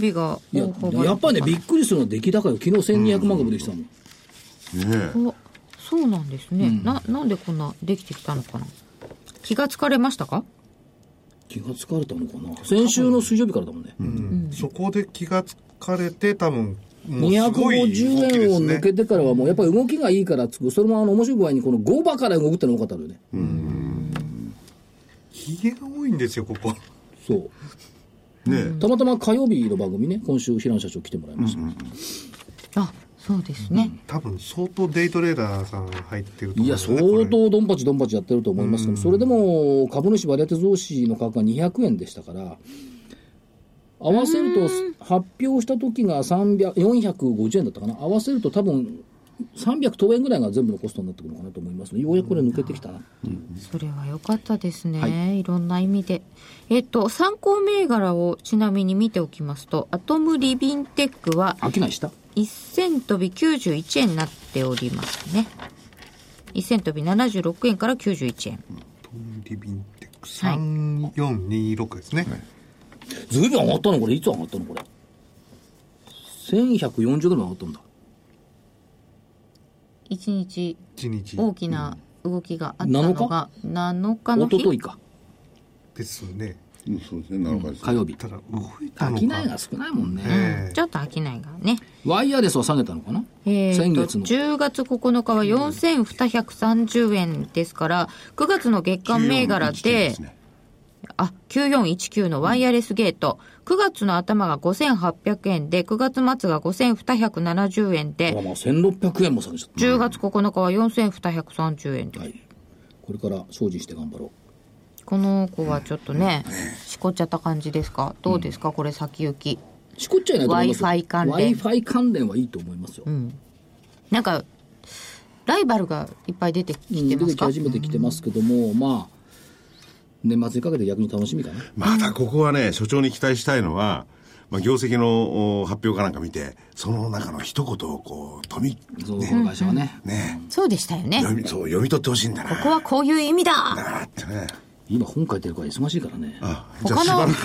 Speaker 4: 日が
Speaker 1: いや
Speaker 4: 大幅、
Speaker 1: やっぱりね、びっくりするのは出来高よ。昨日1200万株できたもん。
Speaker 6: ね
Speaker 4: おそうなんですね、ななんでこんなできてきたのかな気がつかれましたか
Speaker 1: 気がつかれたのかな。先週の水曜日からだもんね。
Speaker 7: そこで気がつかれて、多分、もうすごい動き
Speaker 1: 250
Speaker 7: で
Speaker 1: 円を
Speaker 7: すね
Speaker 1: 抜けてからはもうやっぱり動きがいいからつく。それもあの面白い具合にこの5場から動くってのが多かったのよね。
Speaker 7: ひげが多いんですよ、ここ。
Speaker 1: そう。
Speaker 6: え。ね
Speaker 1: たまたま火曜日の番組ね、今週平野社長来てもらいました。
Speaker 4: あそうですね、
Speaker 7: 多分、相当デイトレーダーさん入ってると思う、
Speaker 1: いや、相当ドンパチドンパチやってると思いますけど、それでも株主割り当て増資の価格が200円でしたから、合わせると、発表した時が300 450円だったかな、合わせると多分300等円ぐらいが全部のコストになってくるのかなと思いますのでようやくこれ抜けてきたな。
Speaker 4: それは良かったですね、い、ろんな意味でえっと参考銘柄をちなみに見ておきますとアトムリビンテックは
Speaker 1: 飽きないした
Speaker 4: 1000飛び91円になっておりますね1000飛び76円から91円
Speaker 7: リビンテック
Speaker 4: はい
Speaker 7: 3426ですね。
Speaker 1: ずいぶん上がったのこれ、いつ上がったのこれ。1140円ぐらい上がったんだ。
Speaker 4: 1日
Speaker 7: 一日
Speaker 4: 大きな動きがあったのが7日の
Speaker 1: 一
Speaker 4: 日
Speaker 1: 昨日か、
Speaker 7: ですね。
Speaker 6: うんそうですね、7日です。
Speaker 1: 火曜日。
Speaker 7: ただ、動いた
Speaker 1: 飽
Speaker 7: の
Speaker 1: きない
Speaker 7: か。
Speaker 1: が少ないもんね。
Speaker 7: ええ
Speaker 4: ちょっと飽きないがね。
Speaker 1: ワイヤレスは下げたのかな、
Speaker 4: えーと
Speaker 1: 先月の。
Speaker 4: 10月9日は4230円ですから、9月の月間銘柄で、あ、9419のワイヤレスゲート、9月の頭が5800円で、9月末が5270円
Speaker 1: あ
Speaker 4: で、
Speaker 1: まあ、1600円も下げちゃった。
Speaker 4: 10月9日は4230円です。
Speaker 1: はい。これから精進して頑張ろ
Speaker 4: この子はちょっとね、しこっちゃった感じですかどうですかこれ先行き。
Speaker 1: う。しこっちゃいないと思いますよ。
Speaker 4: Wi-Fi 関連
Speaker 1: Wi-Fi 関連はいいと思いますよ。うん。
Speaker 4: なんか、ライバルがいっぱい出てきて
Speaker 1: 出
Speaker 4: ま
Speaker 1: て
Speaker 4: す
Speaker 1: き
Speaker 4: か
Speaker 1: 始めてきてますけども、まあ、年末にかけて逆に楽しみかな。
Speaker 6: またここはね、所長に期待したいのは、まあ、業績のお発表かなんか見て、その中の一言をこう、とみ、
Speaker 1: そう、この会社はね。
Speaker 6: ね、
Speaker 4: そうでしたよね。
Speaker 6: 読み、そう、読み取ってほしいんだな。
Speaker 4: ここはこういう意味だ
Speaker 6: あーってね。
Speaker 1: 今本書いてるから忙しいからね。
Speaker 6: あ、じゃあ
Speaker 4: 他
Speaker 6: しば
Speaker 4: の
Speaker 6: らく、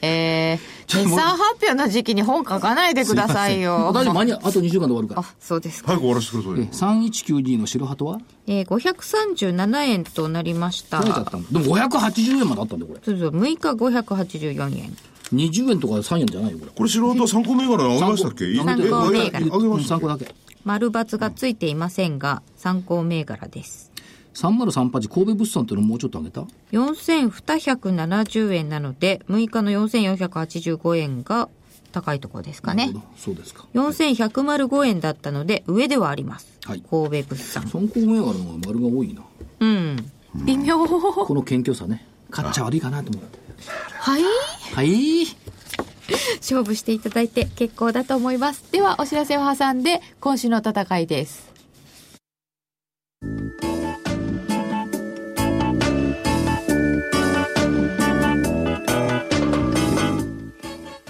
Speaker 4: えー、決算発表の時期に本書かないでください
Speaker 1: あ
Speaker 4: よ。
Speaker 1: 大丈夫、間に合うあと2週間で終わるから。
Speaker 4: あ、そうですか。
Speaker 6: 早く終わらせてください
Speaker 1: え
Speaker 6: よ。
Speaker 1: 3192の白鳩は
Speaker 4: えー、537円となりました
Speaker 1: 下。げちゃったの。でも580円まであったんだよ、これ。
Speaker 4: そうそう、6日584円。
Speaker 1: 20円とか3円じゃないよ、これ。
Speaker 6: これ素人参考銘柄あげましたっけ
Speaker 1: 参考
Speaker 4: 参考銘
Speaker 6: あ
Speaker 4: 柄
Speaker 6: げました
Speaker 1: 3個だけ。
Speaker 4: 丸抜がついていませんが、参考銘柄です。
Speaker 1: 3038神戸物産っていうのもうちょっと上げた
Speaker 4: 4270円なので、6日の4485円が高いところですかね。。
Speaker 1: そうですか。
Speaker 4: 4105円だったので、上ではあります。
Speaker 1: はい
Speaker 4: 神戸物産。
Speaker 1: 参考銘柄の方が丸が多いな。
Speaker 4: うん。微妙。
Speaker 1: この謙虚さね。買っちゃ悪いかなと思って。
Speaker 4: はい。
Speaker 1: はい。
Speaker 8: 勝負していただいて結構だと思いますではお知らせを挟んで今週の戦いです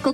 Speaker 2: こ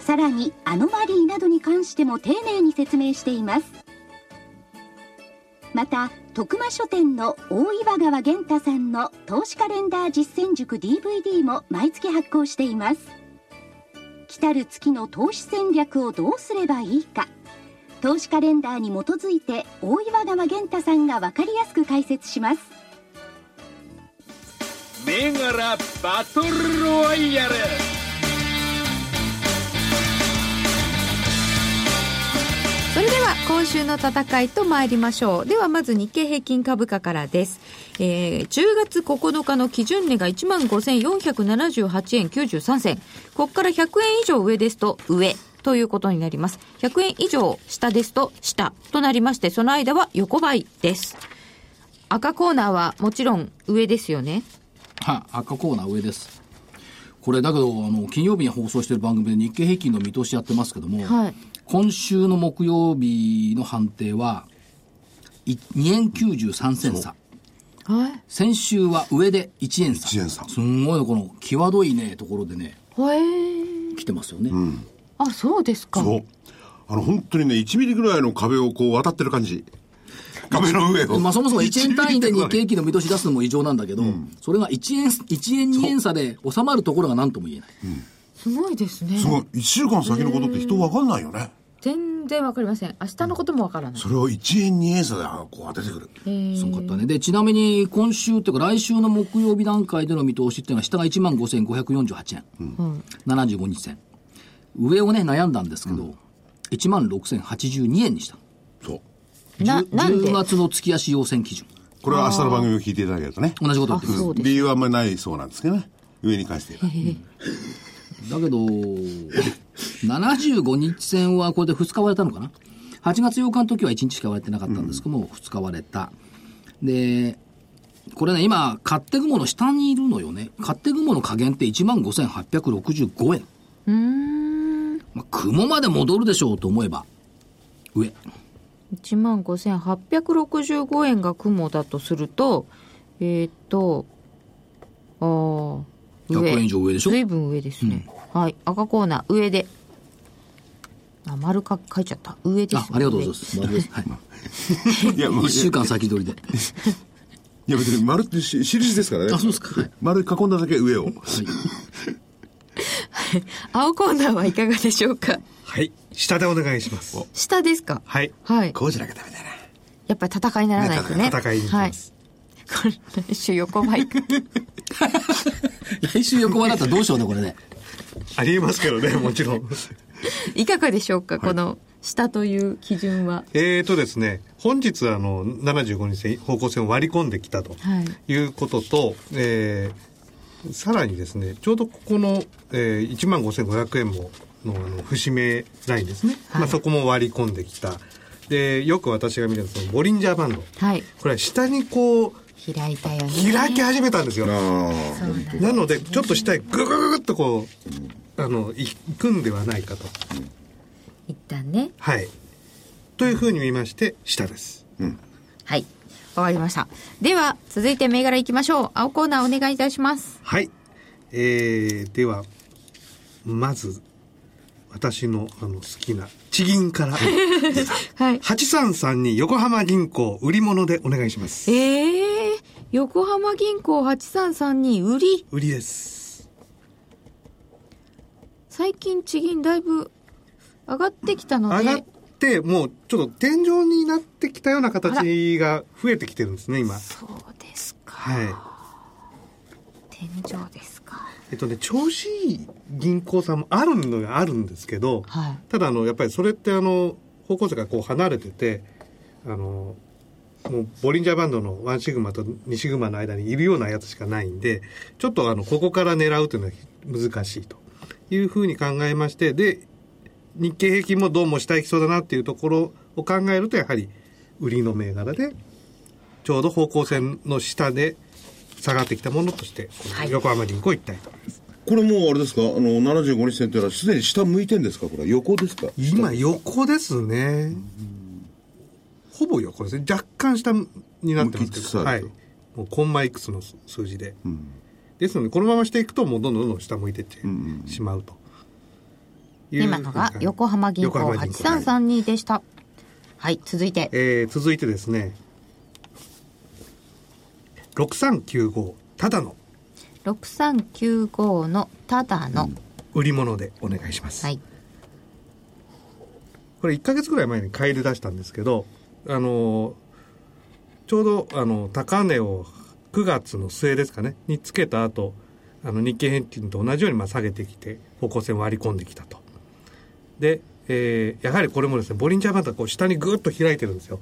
Speaker 2: さらにアノマリーなどに関しても丁寧に説明していますまた徳間書店の大岩川源太さんの投資カレンダー実践塾 DVD も毎月発行しています来たる月の投資戦略をどうすればいいか投資カレンダーに基づいて大岩川源太さんが分かりやすく解説します
Speaker 3: 銘柄バトルロワイヤル
Speaker 4: それでは今週の戦いと参りましょう。ではまず日経平均株価からです。えー、10月9日の基準値が15,478円93銭。ここから100円以上上ですと上ということになります。100円以上下ですと下となりまして、その間は横ばいです。赤コーナーはもちろん上ですよね。
Speaker 1: はい、赤コーナー上です。これだけど、あの、金曜日に放送している番組で日経平均の見通しやってますけども、
Speaker 4: はい
Speaker 1: 今週の木曜日の判定は、い2円93銭差。
Speaker 4: はい。
Speaker 1: 先週は上で1円差。
Speaker 6: 1円差
Speaker 1: すんごいねこの、際どいね、ところでね、
Speaker 4: へー
Speaker 1: 来てますよね。
Speaker 4: あ、そうですか。
Speaker 6: そう。あの、本当にね、1ミリぐらいの壁をこう渡ってる感じ。壁の上を。
Speaker 1: まあそもそも1円単位で日経平均の見通し出すのも異常なんだけど、それが1円、1円2円差で収まるところが何とも言えない。
Speaker 4: すごいですね。
Speaker 6: すごい。1週間先のことって人分かんないよね。
Speaker 4: 全然わかりません。明日のこともわからない。
Speaker 6: それを1円2円差であこう当ててくる。
Speaker 1: すごかったね。で、ちなみに今週っていうか来週の木曜日段階での見通しっていうのは下が15,548円。75日線。上をね、悩んだんですけど、16,082円にした。
Speaker 6: そう。
Speaker 4: な、なんで
Speaker 1: 10月の月足要請基準。
Speaker 6: これは明日の番組を聞いていただけるとね。
Speaker 1: 同じこと言ってます。
Speaker 4: そうです
Speaker 6: 理由はあんまりないそうなんですけどね。上に関して言えば
Speaker 1: だけど、75日線はこれで2日割れたのかな ?8 月8日の時は1日しか割れてなかったんですけども、2日割れた。で、これね、今、勝手雲の下にいるのよね。勝手雲の下限って15,865円。まあ、雲まで戻るでしょうと思えば、上。
Speaker 4: 1万5865円が雲だとするとえーっとあー
Speaker 1: 100円以上上でしょ
Speaker 4: ずいぶん上ですね、はい赤コーナー上であ丸か書いちゃった上です、ね
Speaker 1: あ、、ありがとうございます。丸です。はい。
Speaker 6: いや、もう
Speaker 1: 1週間先取りで。
Speaker 6: いや別に丸ってし印ですから ね。
Speaker 1: あ、そうですか。はい。
Speaker 6: 丸囲んだだけ上を。
Speaker 4: 青コーナーはいかがでしょうか
Speaker 7: はい。下でお願いします。
Speaker 4: 下ですか
Speaker 7: はい。
Speaker 4: はい
Speaker 6: こうじゃなきゃダメだな。
Speaker 4: やっぱり戦いにならないですね
Speaker 7: 戦いに行き
Speaker 4: はい
Speaker 7: ます。
Speaker 4: これ来週横ばい か
Speaker 1: 来週横ばいだったらどうしようね、これね。
Speaker 7: ありえますけどね、 もちろん。
Speaker 4: いかがでしょうか、この下という基準は
Speaker 7: えーとですね、本日あの、75日線、方向線を割り込んできたと
Speaker 4: はい
Speaker 7: いうことと、えーさらにですね、ちょうどここの、えー、1万5500円ものあの節目ラインですね、
Speaker 4: はい
Speaker 7: まあ、そこも割り込んできた。で、よく私が見るそのボリンジャーバンド。
Speaker 4: はい
Speaker 7: これは下にこう、
Speaker 4: 開いたよね
Speaker 7: 開き始めたんですよ。
Speaker 6: ああ。
Speaker 7: なので、ちょっと下へぐぐぐぐっとこう、あの、いくんではないかと。
Speaker 4: 一旦ね
Speaker 7: はい。というふうに見まして、下です。
Speaker 4: はい。わかりました。では、続いて銘柄いきましょう。青コーナーお願いいたします。
Speaker 7: はい。えー、では、まず、私のあの好きな地銀から、
Speaker 4: はい。
Speaker 7: 8332横浜銀行売り物でお願いします。
Speaker 4: ええー、横浜銀行8332売り。
Speaker 7: 売りです。
Speaker 4: 最近地銀だいぶ上がってきたの
Speaker 7: 上がっ
Speaker 4: で、
Speaker 7: て、もうちょっと天井になってきたような形が増えてきてるんですね、今。
Speaker 4: そうですか。
Speaker 7: は
Speaker 4: 天井ですか。
Speaker 7: い。えっとね、調子いい銀行さんもあるのがあるんですけど、
Speaker 4: はい。
Speaker 7: ただあのやっぱりそれってあの方向性がこう離れててあのもうボリンジャーバンドのワンシグマと2シグマの間にいるようなやつしかないんでちょっとあのここから狙うというのは難しいというふうに考えましてで日経平均もどうも下行きそうだなっていうところを考えるとやはり売りの銘柄でちょうど方向線の下で下がってきたものとしてこの
Speaker 4: はい
Speaker 7: 横浜銀行一体と、
Speaker 6: これもうあれですかあの、75日線っていうのはすでに下向いてんですかこれは横ですか
Speaker 7: 今横ですねほぼ横ですね若干下になってます
Speaker 6: 向きつ
Speaker 7: け
Speaker 6: つ
Speaker 7: ど、
Speaker 6: あ
Speaker 7: は
Speaker 6: る
Speaker 7: い
Speaker 6: と、
Speaker 7: もうコンマいくつの数数字で、ですのでこのまましていくともうどんどんどんどん下向いてってしまうという
Speaker 4: 今のが横浜銀行
Speaker 7: 横浜銀行
Speaker 4: 8332でした。はい、続いて。
Speaker 7: えー続いてですね6395ただの
Speaker 4: 6395のただの。
Speaker 7: 売り物でお願いします。
Speaker 4: はい。
Speaker 7: これ1ヶ月ぐらい前に買いで出したんですけど、あの、ちょうど、あの、高値を9月の末ですかね、につけた後、あの、日経平均と同じようにまあ下げてきて、方向線を割り込んできたと。で、えーやはりこれもですね、ボリンジャーバンドがこう下にぐっと開いてるんですよ。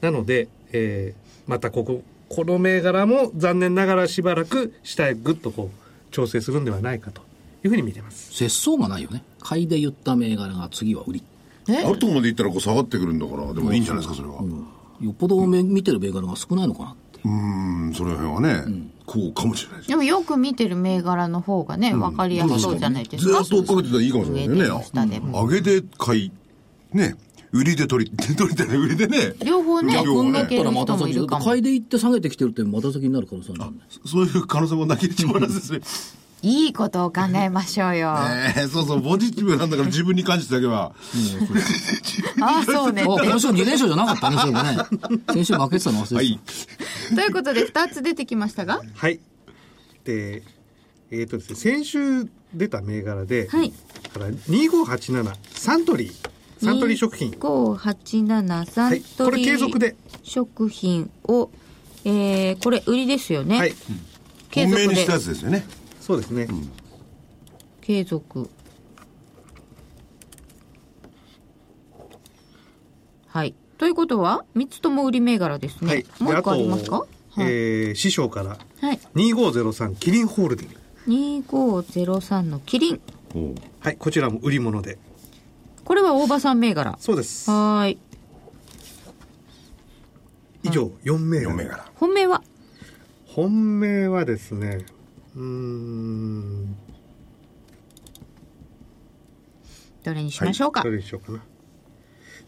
Speaker 7: なので、えーまたここ、この銘柄も残念ながらしばらく下へぐっとこう、調整するんではないかというふうに見てます。
Speaker 1: 節操がないよね。買いで言った銘柄が次は売り。
Speaker 6: あるとこまで行ったらこう下がってくるんだから、でもいいんじゃないですか、それは。
Speaker 1: よっぽどめ、見てる銘柄が少ないのかなって。
Speaker 6: うん、それ辺はね、こうかもしれないです。
Speaker 4: でもよく見てる銘柄の方がね、わかりやすそうじゃないですか。
Speaker 6: ずーっと追っかけてたらいいかもしれないよね。
Speaker 4: 上でも下でも
Speaker 6: 上げで買い、ね、売りで取り、取りたいね、売りでね。
Speaker 4: 両方ね、
Speaker 6: 逆にな
Speaker 4: 抜
Speaker 6: っ
Speaker 4: ける人もい
Speaker 1: ず
Speaker 4: る
Speaker 1: っと
Speaker 4: かも
Speaker 1: 買。いで行って下げてきてるってまた先になる可能性あるんだね。
Speaker 6: そういう可能性もなきにしもあらずですね。
Speaker 4: いいことを考えましょ うよ。あ
Speaker 6: ええ、そうそう、ポジティブなんだから自分に感じてあげば。
Speaker 4: あ、そうね。
Speaker 1: あ、 今週2連勝じゃなかったね、そういえばね。 先週負けてたの忘れてた。
Speaker 6: はい。
Speaker 4: ということで、2つ出てきましたが。
Speaker 7: はい。で、えっ、とですね、先週出た銘柄で、
Speaker 4: はい
Speaker 7: から2587サントリー、サントリー食品。
Speaker 4: 587サ
Speaker 7: はい
Speaker 4: ント
Speaker 7: これ
Speaker 4: リ
Speaker 7: 継
Speaker 4: ー
Speaker 7: 続で
Speaker 4: 食品を、えー、これ売りですよね。
Speaker 7: はい。
Speaker 4: 継
Speaker 6: 本
Speaker 4: 続
Speaker 6: 命に
Speaker 4: で
Speaker 6: したやつですよね。
Speaker 7: そうですね。
Speaker 4: 継続はいということは3つとも売り銘柄ですね、
Speaker 7: はい。
Speaker 4: もう
Speaker 7: で
Speaker 4: 1個ありますか
Speaker 7: えー師匠から、
Speaker 4: はい
Speaker 7: 2503キリンホールディング。
Speaker 4: 2503のキリン
Speaker 6: おう
Speaker 7: はい、こちらも売り物で。
Speaker 4: これは大場さん銘柄
Speaker 7: そうです。
Speaker 4: はーい
Speaker 7: 以上、4銘柄。
Speaker 6: 四銘柄。
Speaker 4: 本命は
Speaker 7: 本命はですね、うーん。
Speaker 4: どれにしましょうか、
Speaker 7: どれにしようかな。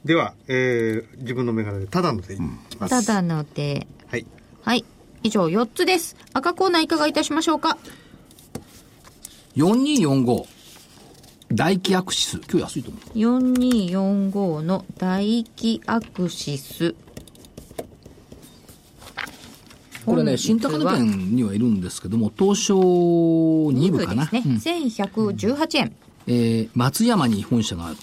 Speaker 7: では、えー自分の銘柄で、ただのでいきます。
Speaker 4: ただので
Speaker 7: はい。
Speaker 4: はい以上4つです赤コーナーいかがいたしましょうか
Speaker 1: 4245。大気アクシス。今日安いと思う。
Speaker 4: 4245の大気アクシス
Speaker 1: これね、新高値圏にはいるんですけども、東証2部
Speaker 4: 部
Speaker 1: か
Speaker 4: で
Speaker 1: な。
Speaker 4: すね、
Speaker 1: うん
Speaker 4: 1118円、
Speaker 1: えー松山に本社がある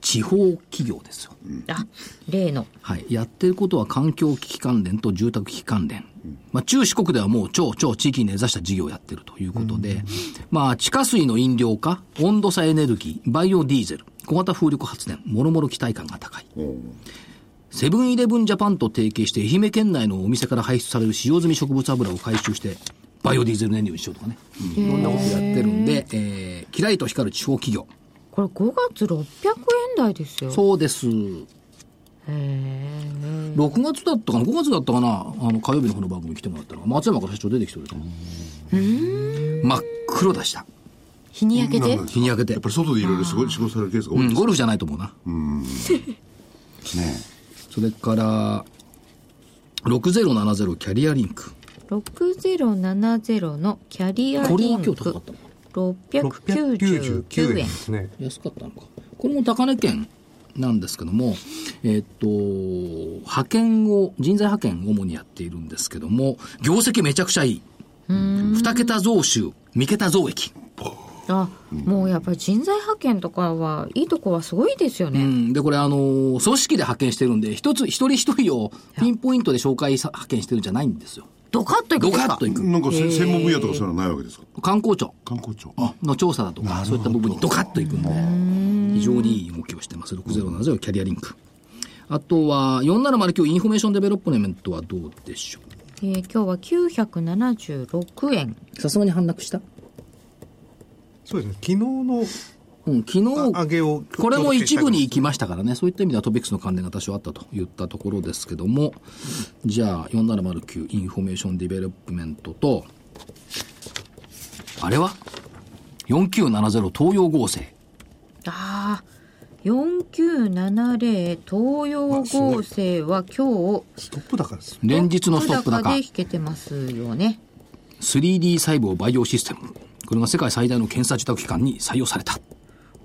Speaker 1: 地方企業ですよ。
Speaker 4: あ例の
Speaker 1: はい、やってることは環境危機関連と住宅危機関連、まあ、中四国ではもう超超地域に根ざした事業をやってるということで、まあ、地下水の飲料化、温度差エネルギー、バイオディーゼル、小型風力発電、もろもろ期待感が高い。セブンイレブンジャパンと提携して、愛媛県内のお店から排出される使用済み植物油を回収して、バイオディーゼル燃料にしようとかね、いろんなことやってるんで、えー、キラリと光る地方企業。
Speaker 4: これ5月600円台ですよ
Speaker 1: そうです。6月だったかな、5月だったかな、あの火曜日のこの番組に来てもらったら、松山から社長出てきてくれたの。真っ黒でした。
Speaker 4: 日に焼けて
Speaker 6: なんだ
Speaker 1: 日に焼けて
Speaker 6: やっぱり外でいろいろ仕事仕事されるケースが多
Speaker 1: う
Speaker 6: い
Speaker 1: ん、
Speaker 6: です
Speaker 1: ゴルフじゃないと思うな。
Speaker 6: ね。
Speaker 1: それから、6070キャリアリンク。
Speaker 4: 6070のキャリア
Speaker 1: これ
Speaker 4: リ
Speaker 1: は
Speaker 4: ン
Speaker 1: 今
Speaker 4: ク
Speaker 1: 日高かったのか
Speaker 7: 699
Speaker 4: 699
Speaker 7: 円で
Speaker 4: 円
Speaker 7: すね。
Speaker 1: 安かったのか。これも高値圏なんですけども、えっと、派遣を、人材派遣を主にやっているんですけども、業績めちゃくちゃいい。二桁増収、三桁増益。
Speaker 4: あもうやっぱり人材派遣とかはいいとこはすごいですよ
Speaker 1: う
Speaker 4: ね、
Speaker 1: ん、で、これ、あのー組織で派遣してるんで、一つ、一人一人をピンポイントで紹介さ派遣してるんじゃないんですよ。
Speaker 4: ドカッといくん
Speaker 1: ド
Speaker 4: です
Speaker 1: カ
Speaker 4: か
Speaker 1: ッといく。
Speaker 6: なんかせ専門分野とかそういうのはないわけですか
Speaker 1: 観光庁
Speaker 6: 観光庁。あ、
Speaker 1: の調査だとか、そういった部分にドカッといくんで、非常にいい動きをしてます。6070キャリアリンク。あとは、4009インフォメーションデベロップメントはどうでしょ
Speaker 4: えー今日は976円
Speaker 1: うさすがに反落した
Speaker 7: そうですね。昨日の
Speaker 1: うん、昨日、
Speaker 7: あ上げを
Speaker 1: これも一部に行きましたからね、そういった意味ではトピックスの関連が多少あったと言ったところですけども、じゃあ、4709インフォメーションディベロップメントと、あれは ?4970 東洋合成。
Speaker 4: ああ4970東洋合成は今日
Speaker 7: ストップ高です。
Speaker 1: 連日のストップ高
Speaker 4: 高で、引けてますよね
Speaker 1: 3D 細胞培養システム。これが世界最大の検査受託機関に採用された。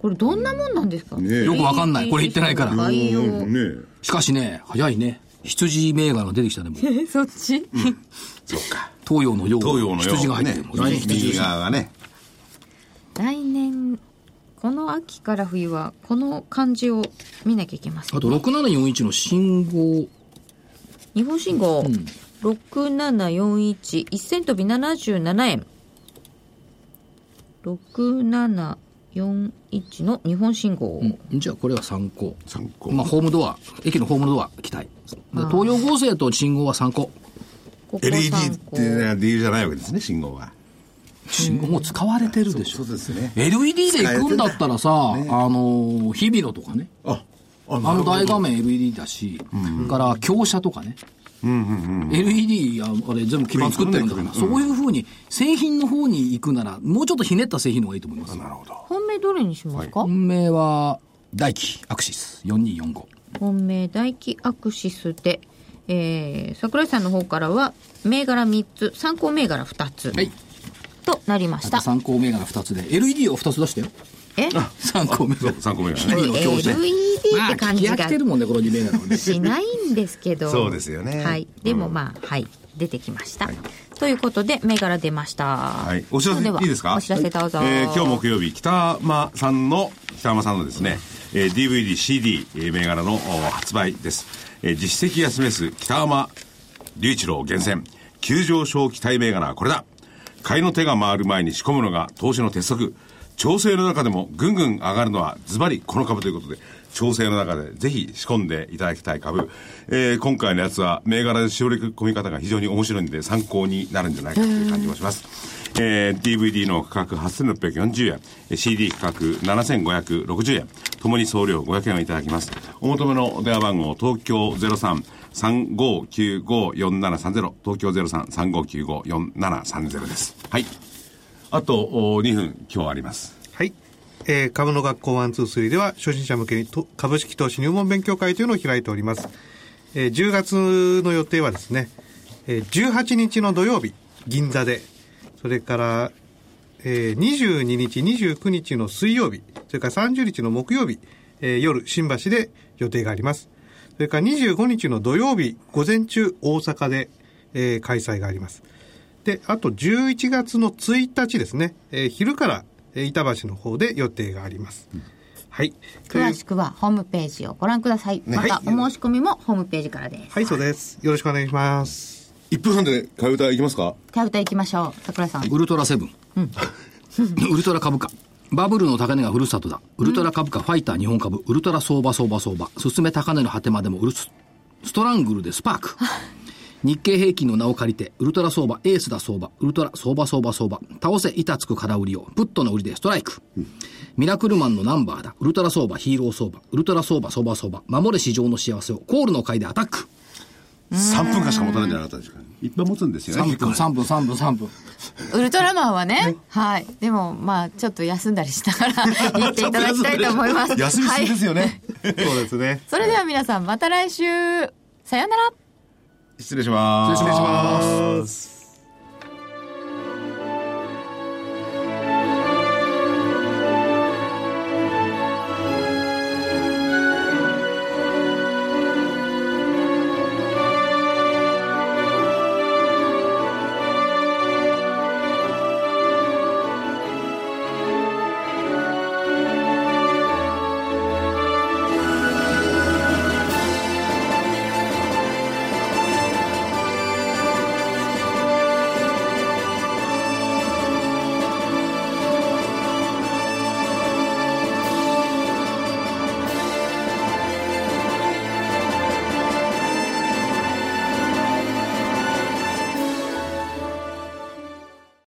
Speaker 4: これどんなもんなんですか、
Speaker 6: え
Speaker 1: よくわかんないこれ言ってないから
Speaker 4: 培養
Speaker 6: ねえ。
Speaker 1: しかしね、早いね。羊銘柄が出てきたね、もう。
Speaker 4: え そっち、
Speaker 6: そっか。
Speaker 1: 東洋のよう。
Speaker 6: 東洋のよう
Speaker 1: 羊が入ってる。
Speaker 6: ね、右側がね。
Speaker 4: 来年この秋から冬はこの漢字を見なきゃいけません、ね、
Speaker 1: あと6741の信号
Speaker 4: 日本信号、6741、1銭飛び77円。6741の日本信号。
Speaker 1: うん、じゃあこれは参考。
Speaker 6: 参考
Speaker 1: まあ、ホームドア、駅のホームドア、期待。
Speaker 4: あー
Speaker 1: 東洋合成と信号は参考。
Speaker 4: ここ参
Speaker 6: LED
Speaker 4: 考
Speaker 6: って理由じゃないわけですね、信号は。
Speaker 1: 信号もう使われてるでしょ。
Speaker 6: そうですね。
Speaker 1: LED で行くんだったらさ、あの、日比野とかね。
Speaker 6: あ、あ
Speaker 1: あの大画
Speaker 6: 面。
Speaker 1: 面 LED だし、から、強車とかね。LED、ああれ全部基板作ってるんだから、そういうふうに製品の方に行くなら、もうちょっとひねった製品の方がいいと思います。
Speaker 6: なるほど。
Speaker 4: 本命どれにしますか、
Speaker 1: 本命は、大輝アクシス4245。
Speaker 4: 本命大輝アクシスで、えー、桜井さんの方からは銘柄3つ参考銘柄2つ、
Speaker 1: はい。
Speaker 4: となりました
Speaker 1: 参考銘柄2つで、LED を2つ出したよ。
Speaker 4: え
Speaker 1: 参考銘柄。
Speaker 6: 参考目が
Speaker 1: 日
Speaker 6: ね。
Speaker 1: 々の強者
Speaker 4: LED
Speaker 1: ま
Speaker 4: っ
Speaker 1: あ
Speaker 4: て感じ
Speaker 1: 聞き飽
Speaker 4: が
Speaker 1: きてるもんね、この2銘柄はね。
Speaker 4: しないんですけど
Speaker 6: そうですよね
Speaker 4: はい、でもまあ、はい出てきました、ということで銘柄出ましたは
Speaker 6: はい。お知らせいいですか
Speaker 4: お知らせどうぞ、
Speaker 6: えー今日木曜日、北間さんの、北間さんのですね、えー DVD、CD、えー銘柄のお発売です。えー実績安めす北間隆一郎厳選、急上昇期待銘柄はこれだ。買いの手が回る前に仕込むのが投資の鉄則。調整の中でもぐんぐん上がるのはズバリこの株ということで、調整の中でぜひ仕込んでいただきたい株。えー今回のやつは銘柄の絞り込み方が非常に面白いんで参考になるんじゃないかという感じもします。えー DVD の価格8640円、えー CD 価格7560円、ともに送料500円をいただきます。お求めのお電話番号、東京03-3595-4730、東京03-3595-4730です。はい。あとお2分今日あります。
Speaker 7: はい。えー株の学校ワンツースリーでは初心者向けにと株式投資入門勉強会というのを開いております。えー10月の予定はですね、えー18日の土曜日、銀座で、それから、えー22日、29日の水曜日、それから30日の木曜日、えー夜、新橋で予定があります。それから25日の土曜日、午前中、大阪で、えー開催があります。で、あと11月の1日ですね、えー昼から、えー板橋の方で予定があります。はい。という
Speaker 4: 詳しくはホームページをご覧ください、
Speaker 7: ね
Speaker 4: また
Speaker 7: はい
Speaker 4: お申し込みもホームページからです
Speaker 7: はい、そうです。よろしくお願いします。
Speaker 6: 1分半で替え歌いきますか
Speaker 4: 手歌いきましょう桜井さん
Speaker 1: ウルトラセブン。ウルトラ株価。バブルの高値がふるさとだ。ウルトラ株価、ファイター日本株、ウルトラ相場相場相場。進め高値の果てまでもウルス、ストラングルでスパーク。日経平均の名を借りて、ウルトラ相場、エースだ相場、ウルトラ相場相場相場。倒せ、板つく空売りを、プットの売りでストライク。ミラクルマンのナンバーだ。ウルトラ相場、ヒーロー相場、ウルトラ相場相場相場。守れ市場の幸せを、コールの会でアタック。
Speaker 6: ?3 分間しか持たないんじゃなかったですかいっぱい持つんですよね。
Speaker 1: 3分、3分、3分、3分。
Speaker 4: ウルトラマンはね、はい。でも、まあ、ちょっと休んだりしながら やっていただきたいと思います。
Speaker 6: 休みすぎで
Speaker 4: はい。
Speaker 6: すよね。
Speaker 7: そうですね。
Speaker 4: それでは皆さん、また来週、さようなら
Speaker 6: 失礼します。
Speaker 7: 失礼します。